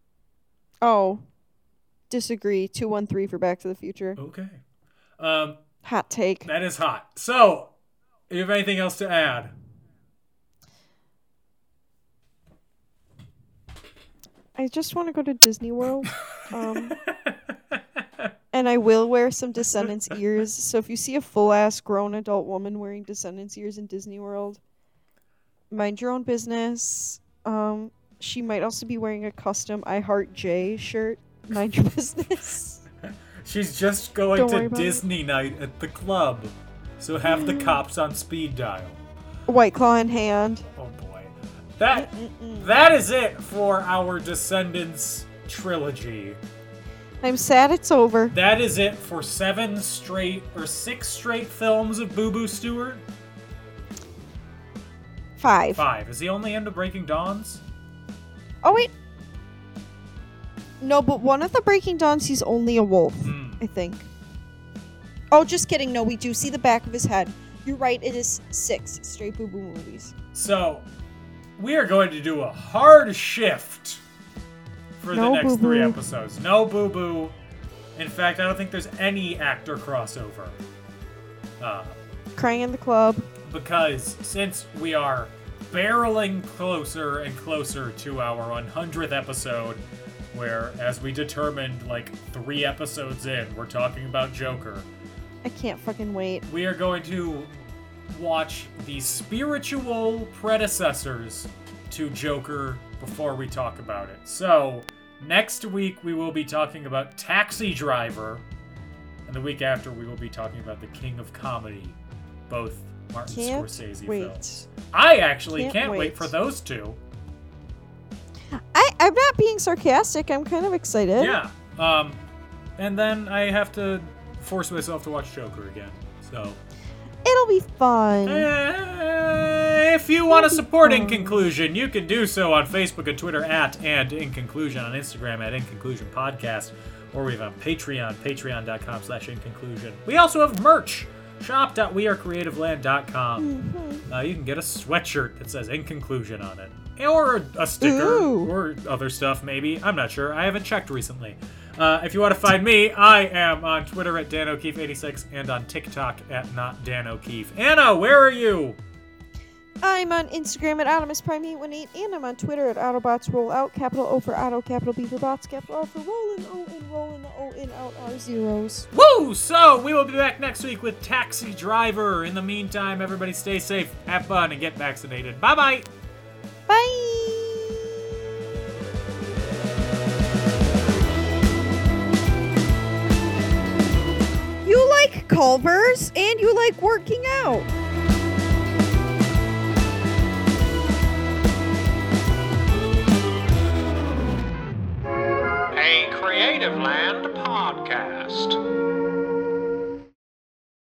[SPEAKER 2] Oh. Disagree. Two one three for Back to the Future.
[SPEAKER 1] Okay, um,
[SPEAKER 2] Hot take.
[SPEAKER 1] that is hot. So, you have anything else to add?
[SPEAKER 2] I just want to go to Disney World. Um, and I will wear some Descendants ears. So if you see a full ass grown adult woman wearing Descendants ears in Disney World, mind your own business. Um, she might also be wearing a custom I Heart J shirt. Mind your <laughs> business.
[SPEAKER 1] She's just going
[SPEAKER 2] Don't worry
[SPEAKER 1] to
[SPEAKER 2] about it. Mm.
[SPEAKER 1] Disney night at the club. So have the cops on speed dial.
[SPEAKER 2] White Claw in hand.
[SPEAKER 1] Oh boy. That that is it for our Descendants trilogy.
[SPEAKER 2] I'm sad it's over.
[SPEAKER 1] That is it for seven straight or six straight films of Boo Boo Stewart.
[SPEAKER 2] Five.
[SPEAKER 1] Five. Is he only into Breaking Dawns?
[SPEAKER 2] Oh wait. No, but one of the Breaking Dawns, he's only a wolf,
[SPEAKER 1] Hmm.
[SPEAKER 2] I think. Oh, just kidding. No, we do see the back of his head. You're right. It is six straight boo boo movies.
[SPEAKER 1] So we are going to do a hard shift for the
[SPEAKER 2] No
[SPEAKER 1] next three
[SPEAKER 2] boo-boo.
[SPEAKER 1] episodes. No boo boo. In fact, I don't think there's any actor crossover. Uh,
[SPEAKER 2] Crying in the club.
[SPEAKER 1] because since we are barreling closer and closer to our 100th episode, where, as we determined like three episodes in, we're talking about Joker,
[SPEAKER 2] I can't fucking wait.
[SPEAKER 1] we are going to watch the spiritual predecessors to Joker before we talk about it. So, next week we will be talking about Taxi Driver, and the week after we will be talking about The King of Comedy, both Martin
[SPEAKER 2] Can't
[SPEAKER 1] Scorsese films.
[SPEAKER 2] wait.
[SPEAKER 1] I actually can't,
[SPEAKER 2] Can't
[SPEAKER 1] wait.
[SPEAKER 2] wait.
[SPEAKER 1] for those two.
[SPEAKER 2] I I'm not being sarcastic. I'm kind of excited.
[SPEAKER 1] Yeah. Um, and then I have to force myself to watch Joker again. So.
[SPEAKER 2] It'll be
[SPEAKER 1] Mm.
[SPEAKER 2] fun.
[SPEAKER 1] Uh, If you want to support In Conclusion, you can do so on Facebook and Twitter at and In Conclusion on Instagram at In Conclusion Podcast, or we have on Patreon, patreon.com slash In Conclusion. We also have merch, shop.wearecreativeland.com. Uh, you can get a sweatshirt that says In Conclusion on it, or a, a sticker,
[SPEAKER 2] Ooh.
[SPEAKER 1] or other stuff maybe. I'm not sure. I haven't checked recently. Uh, if you want to find me, I am on Twitter at Dan O'Keefe86 and on TikTok at not Dan O'Keefe. Anna, where are you?
[SPEAKER 2] I'm on Instagram at Automus Prime 818 and I'm on Twitter at Autobots Roll Out, capital O for Auto, capital B for Bots, capital R for Rollin' O and Rollin' O and Out are zeros.
[SPEAKER 1] Woo! So we will be back next week with Taxi Driver. In the meantime, everybody stay safe, have fun, and get vaccinated. Bye bye.
[SPEAKER 2] Bye! You like Culver's and you like working out.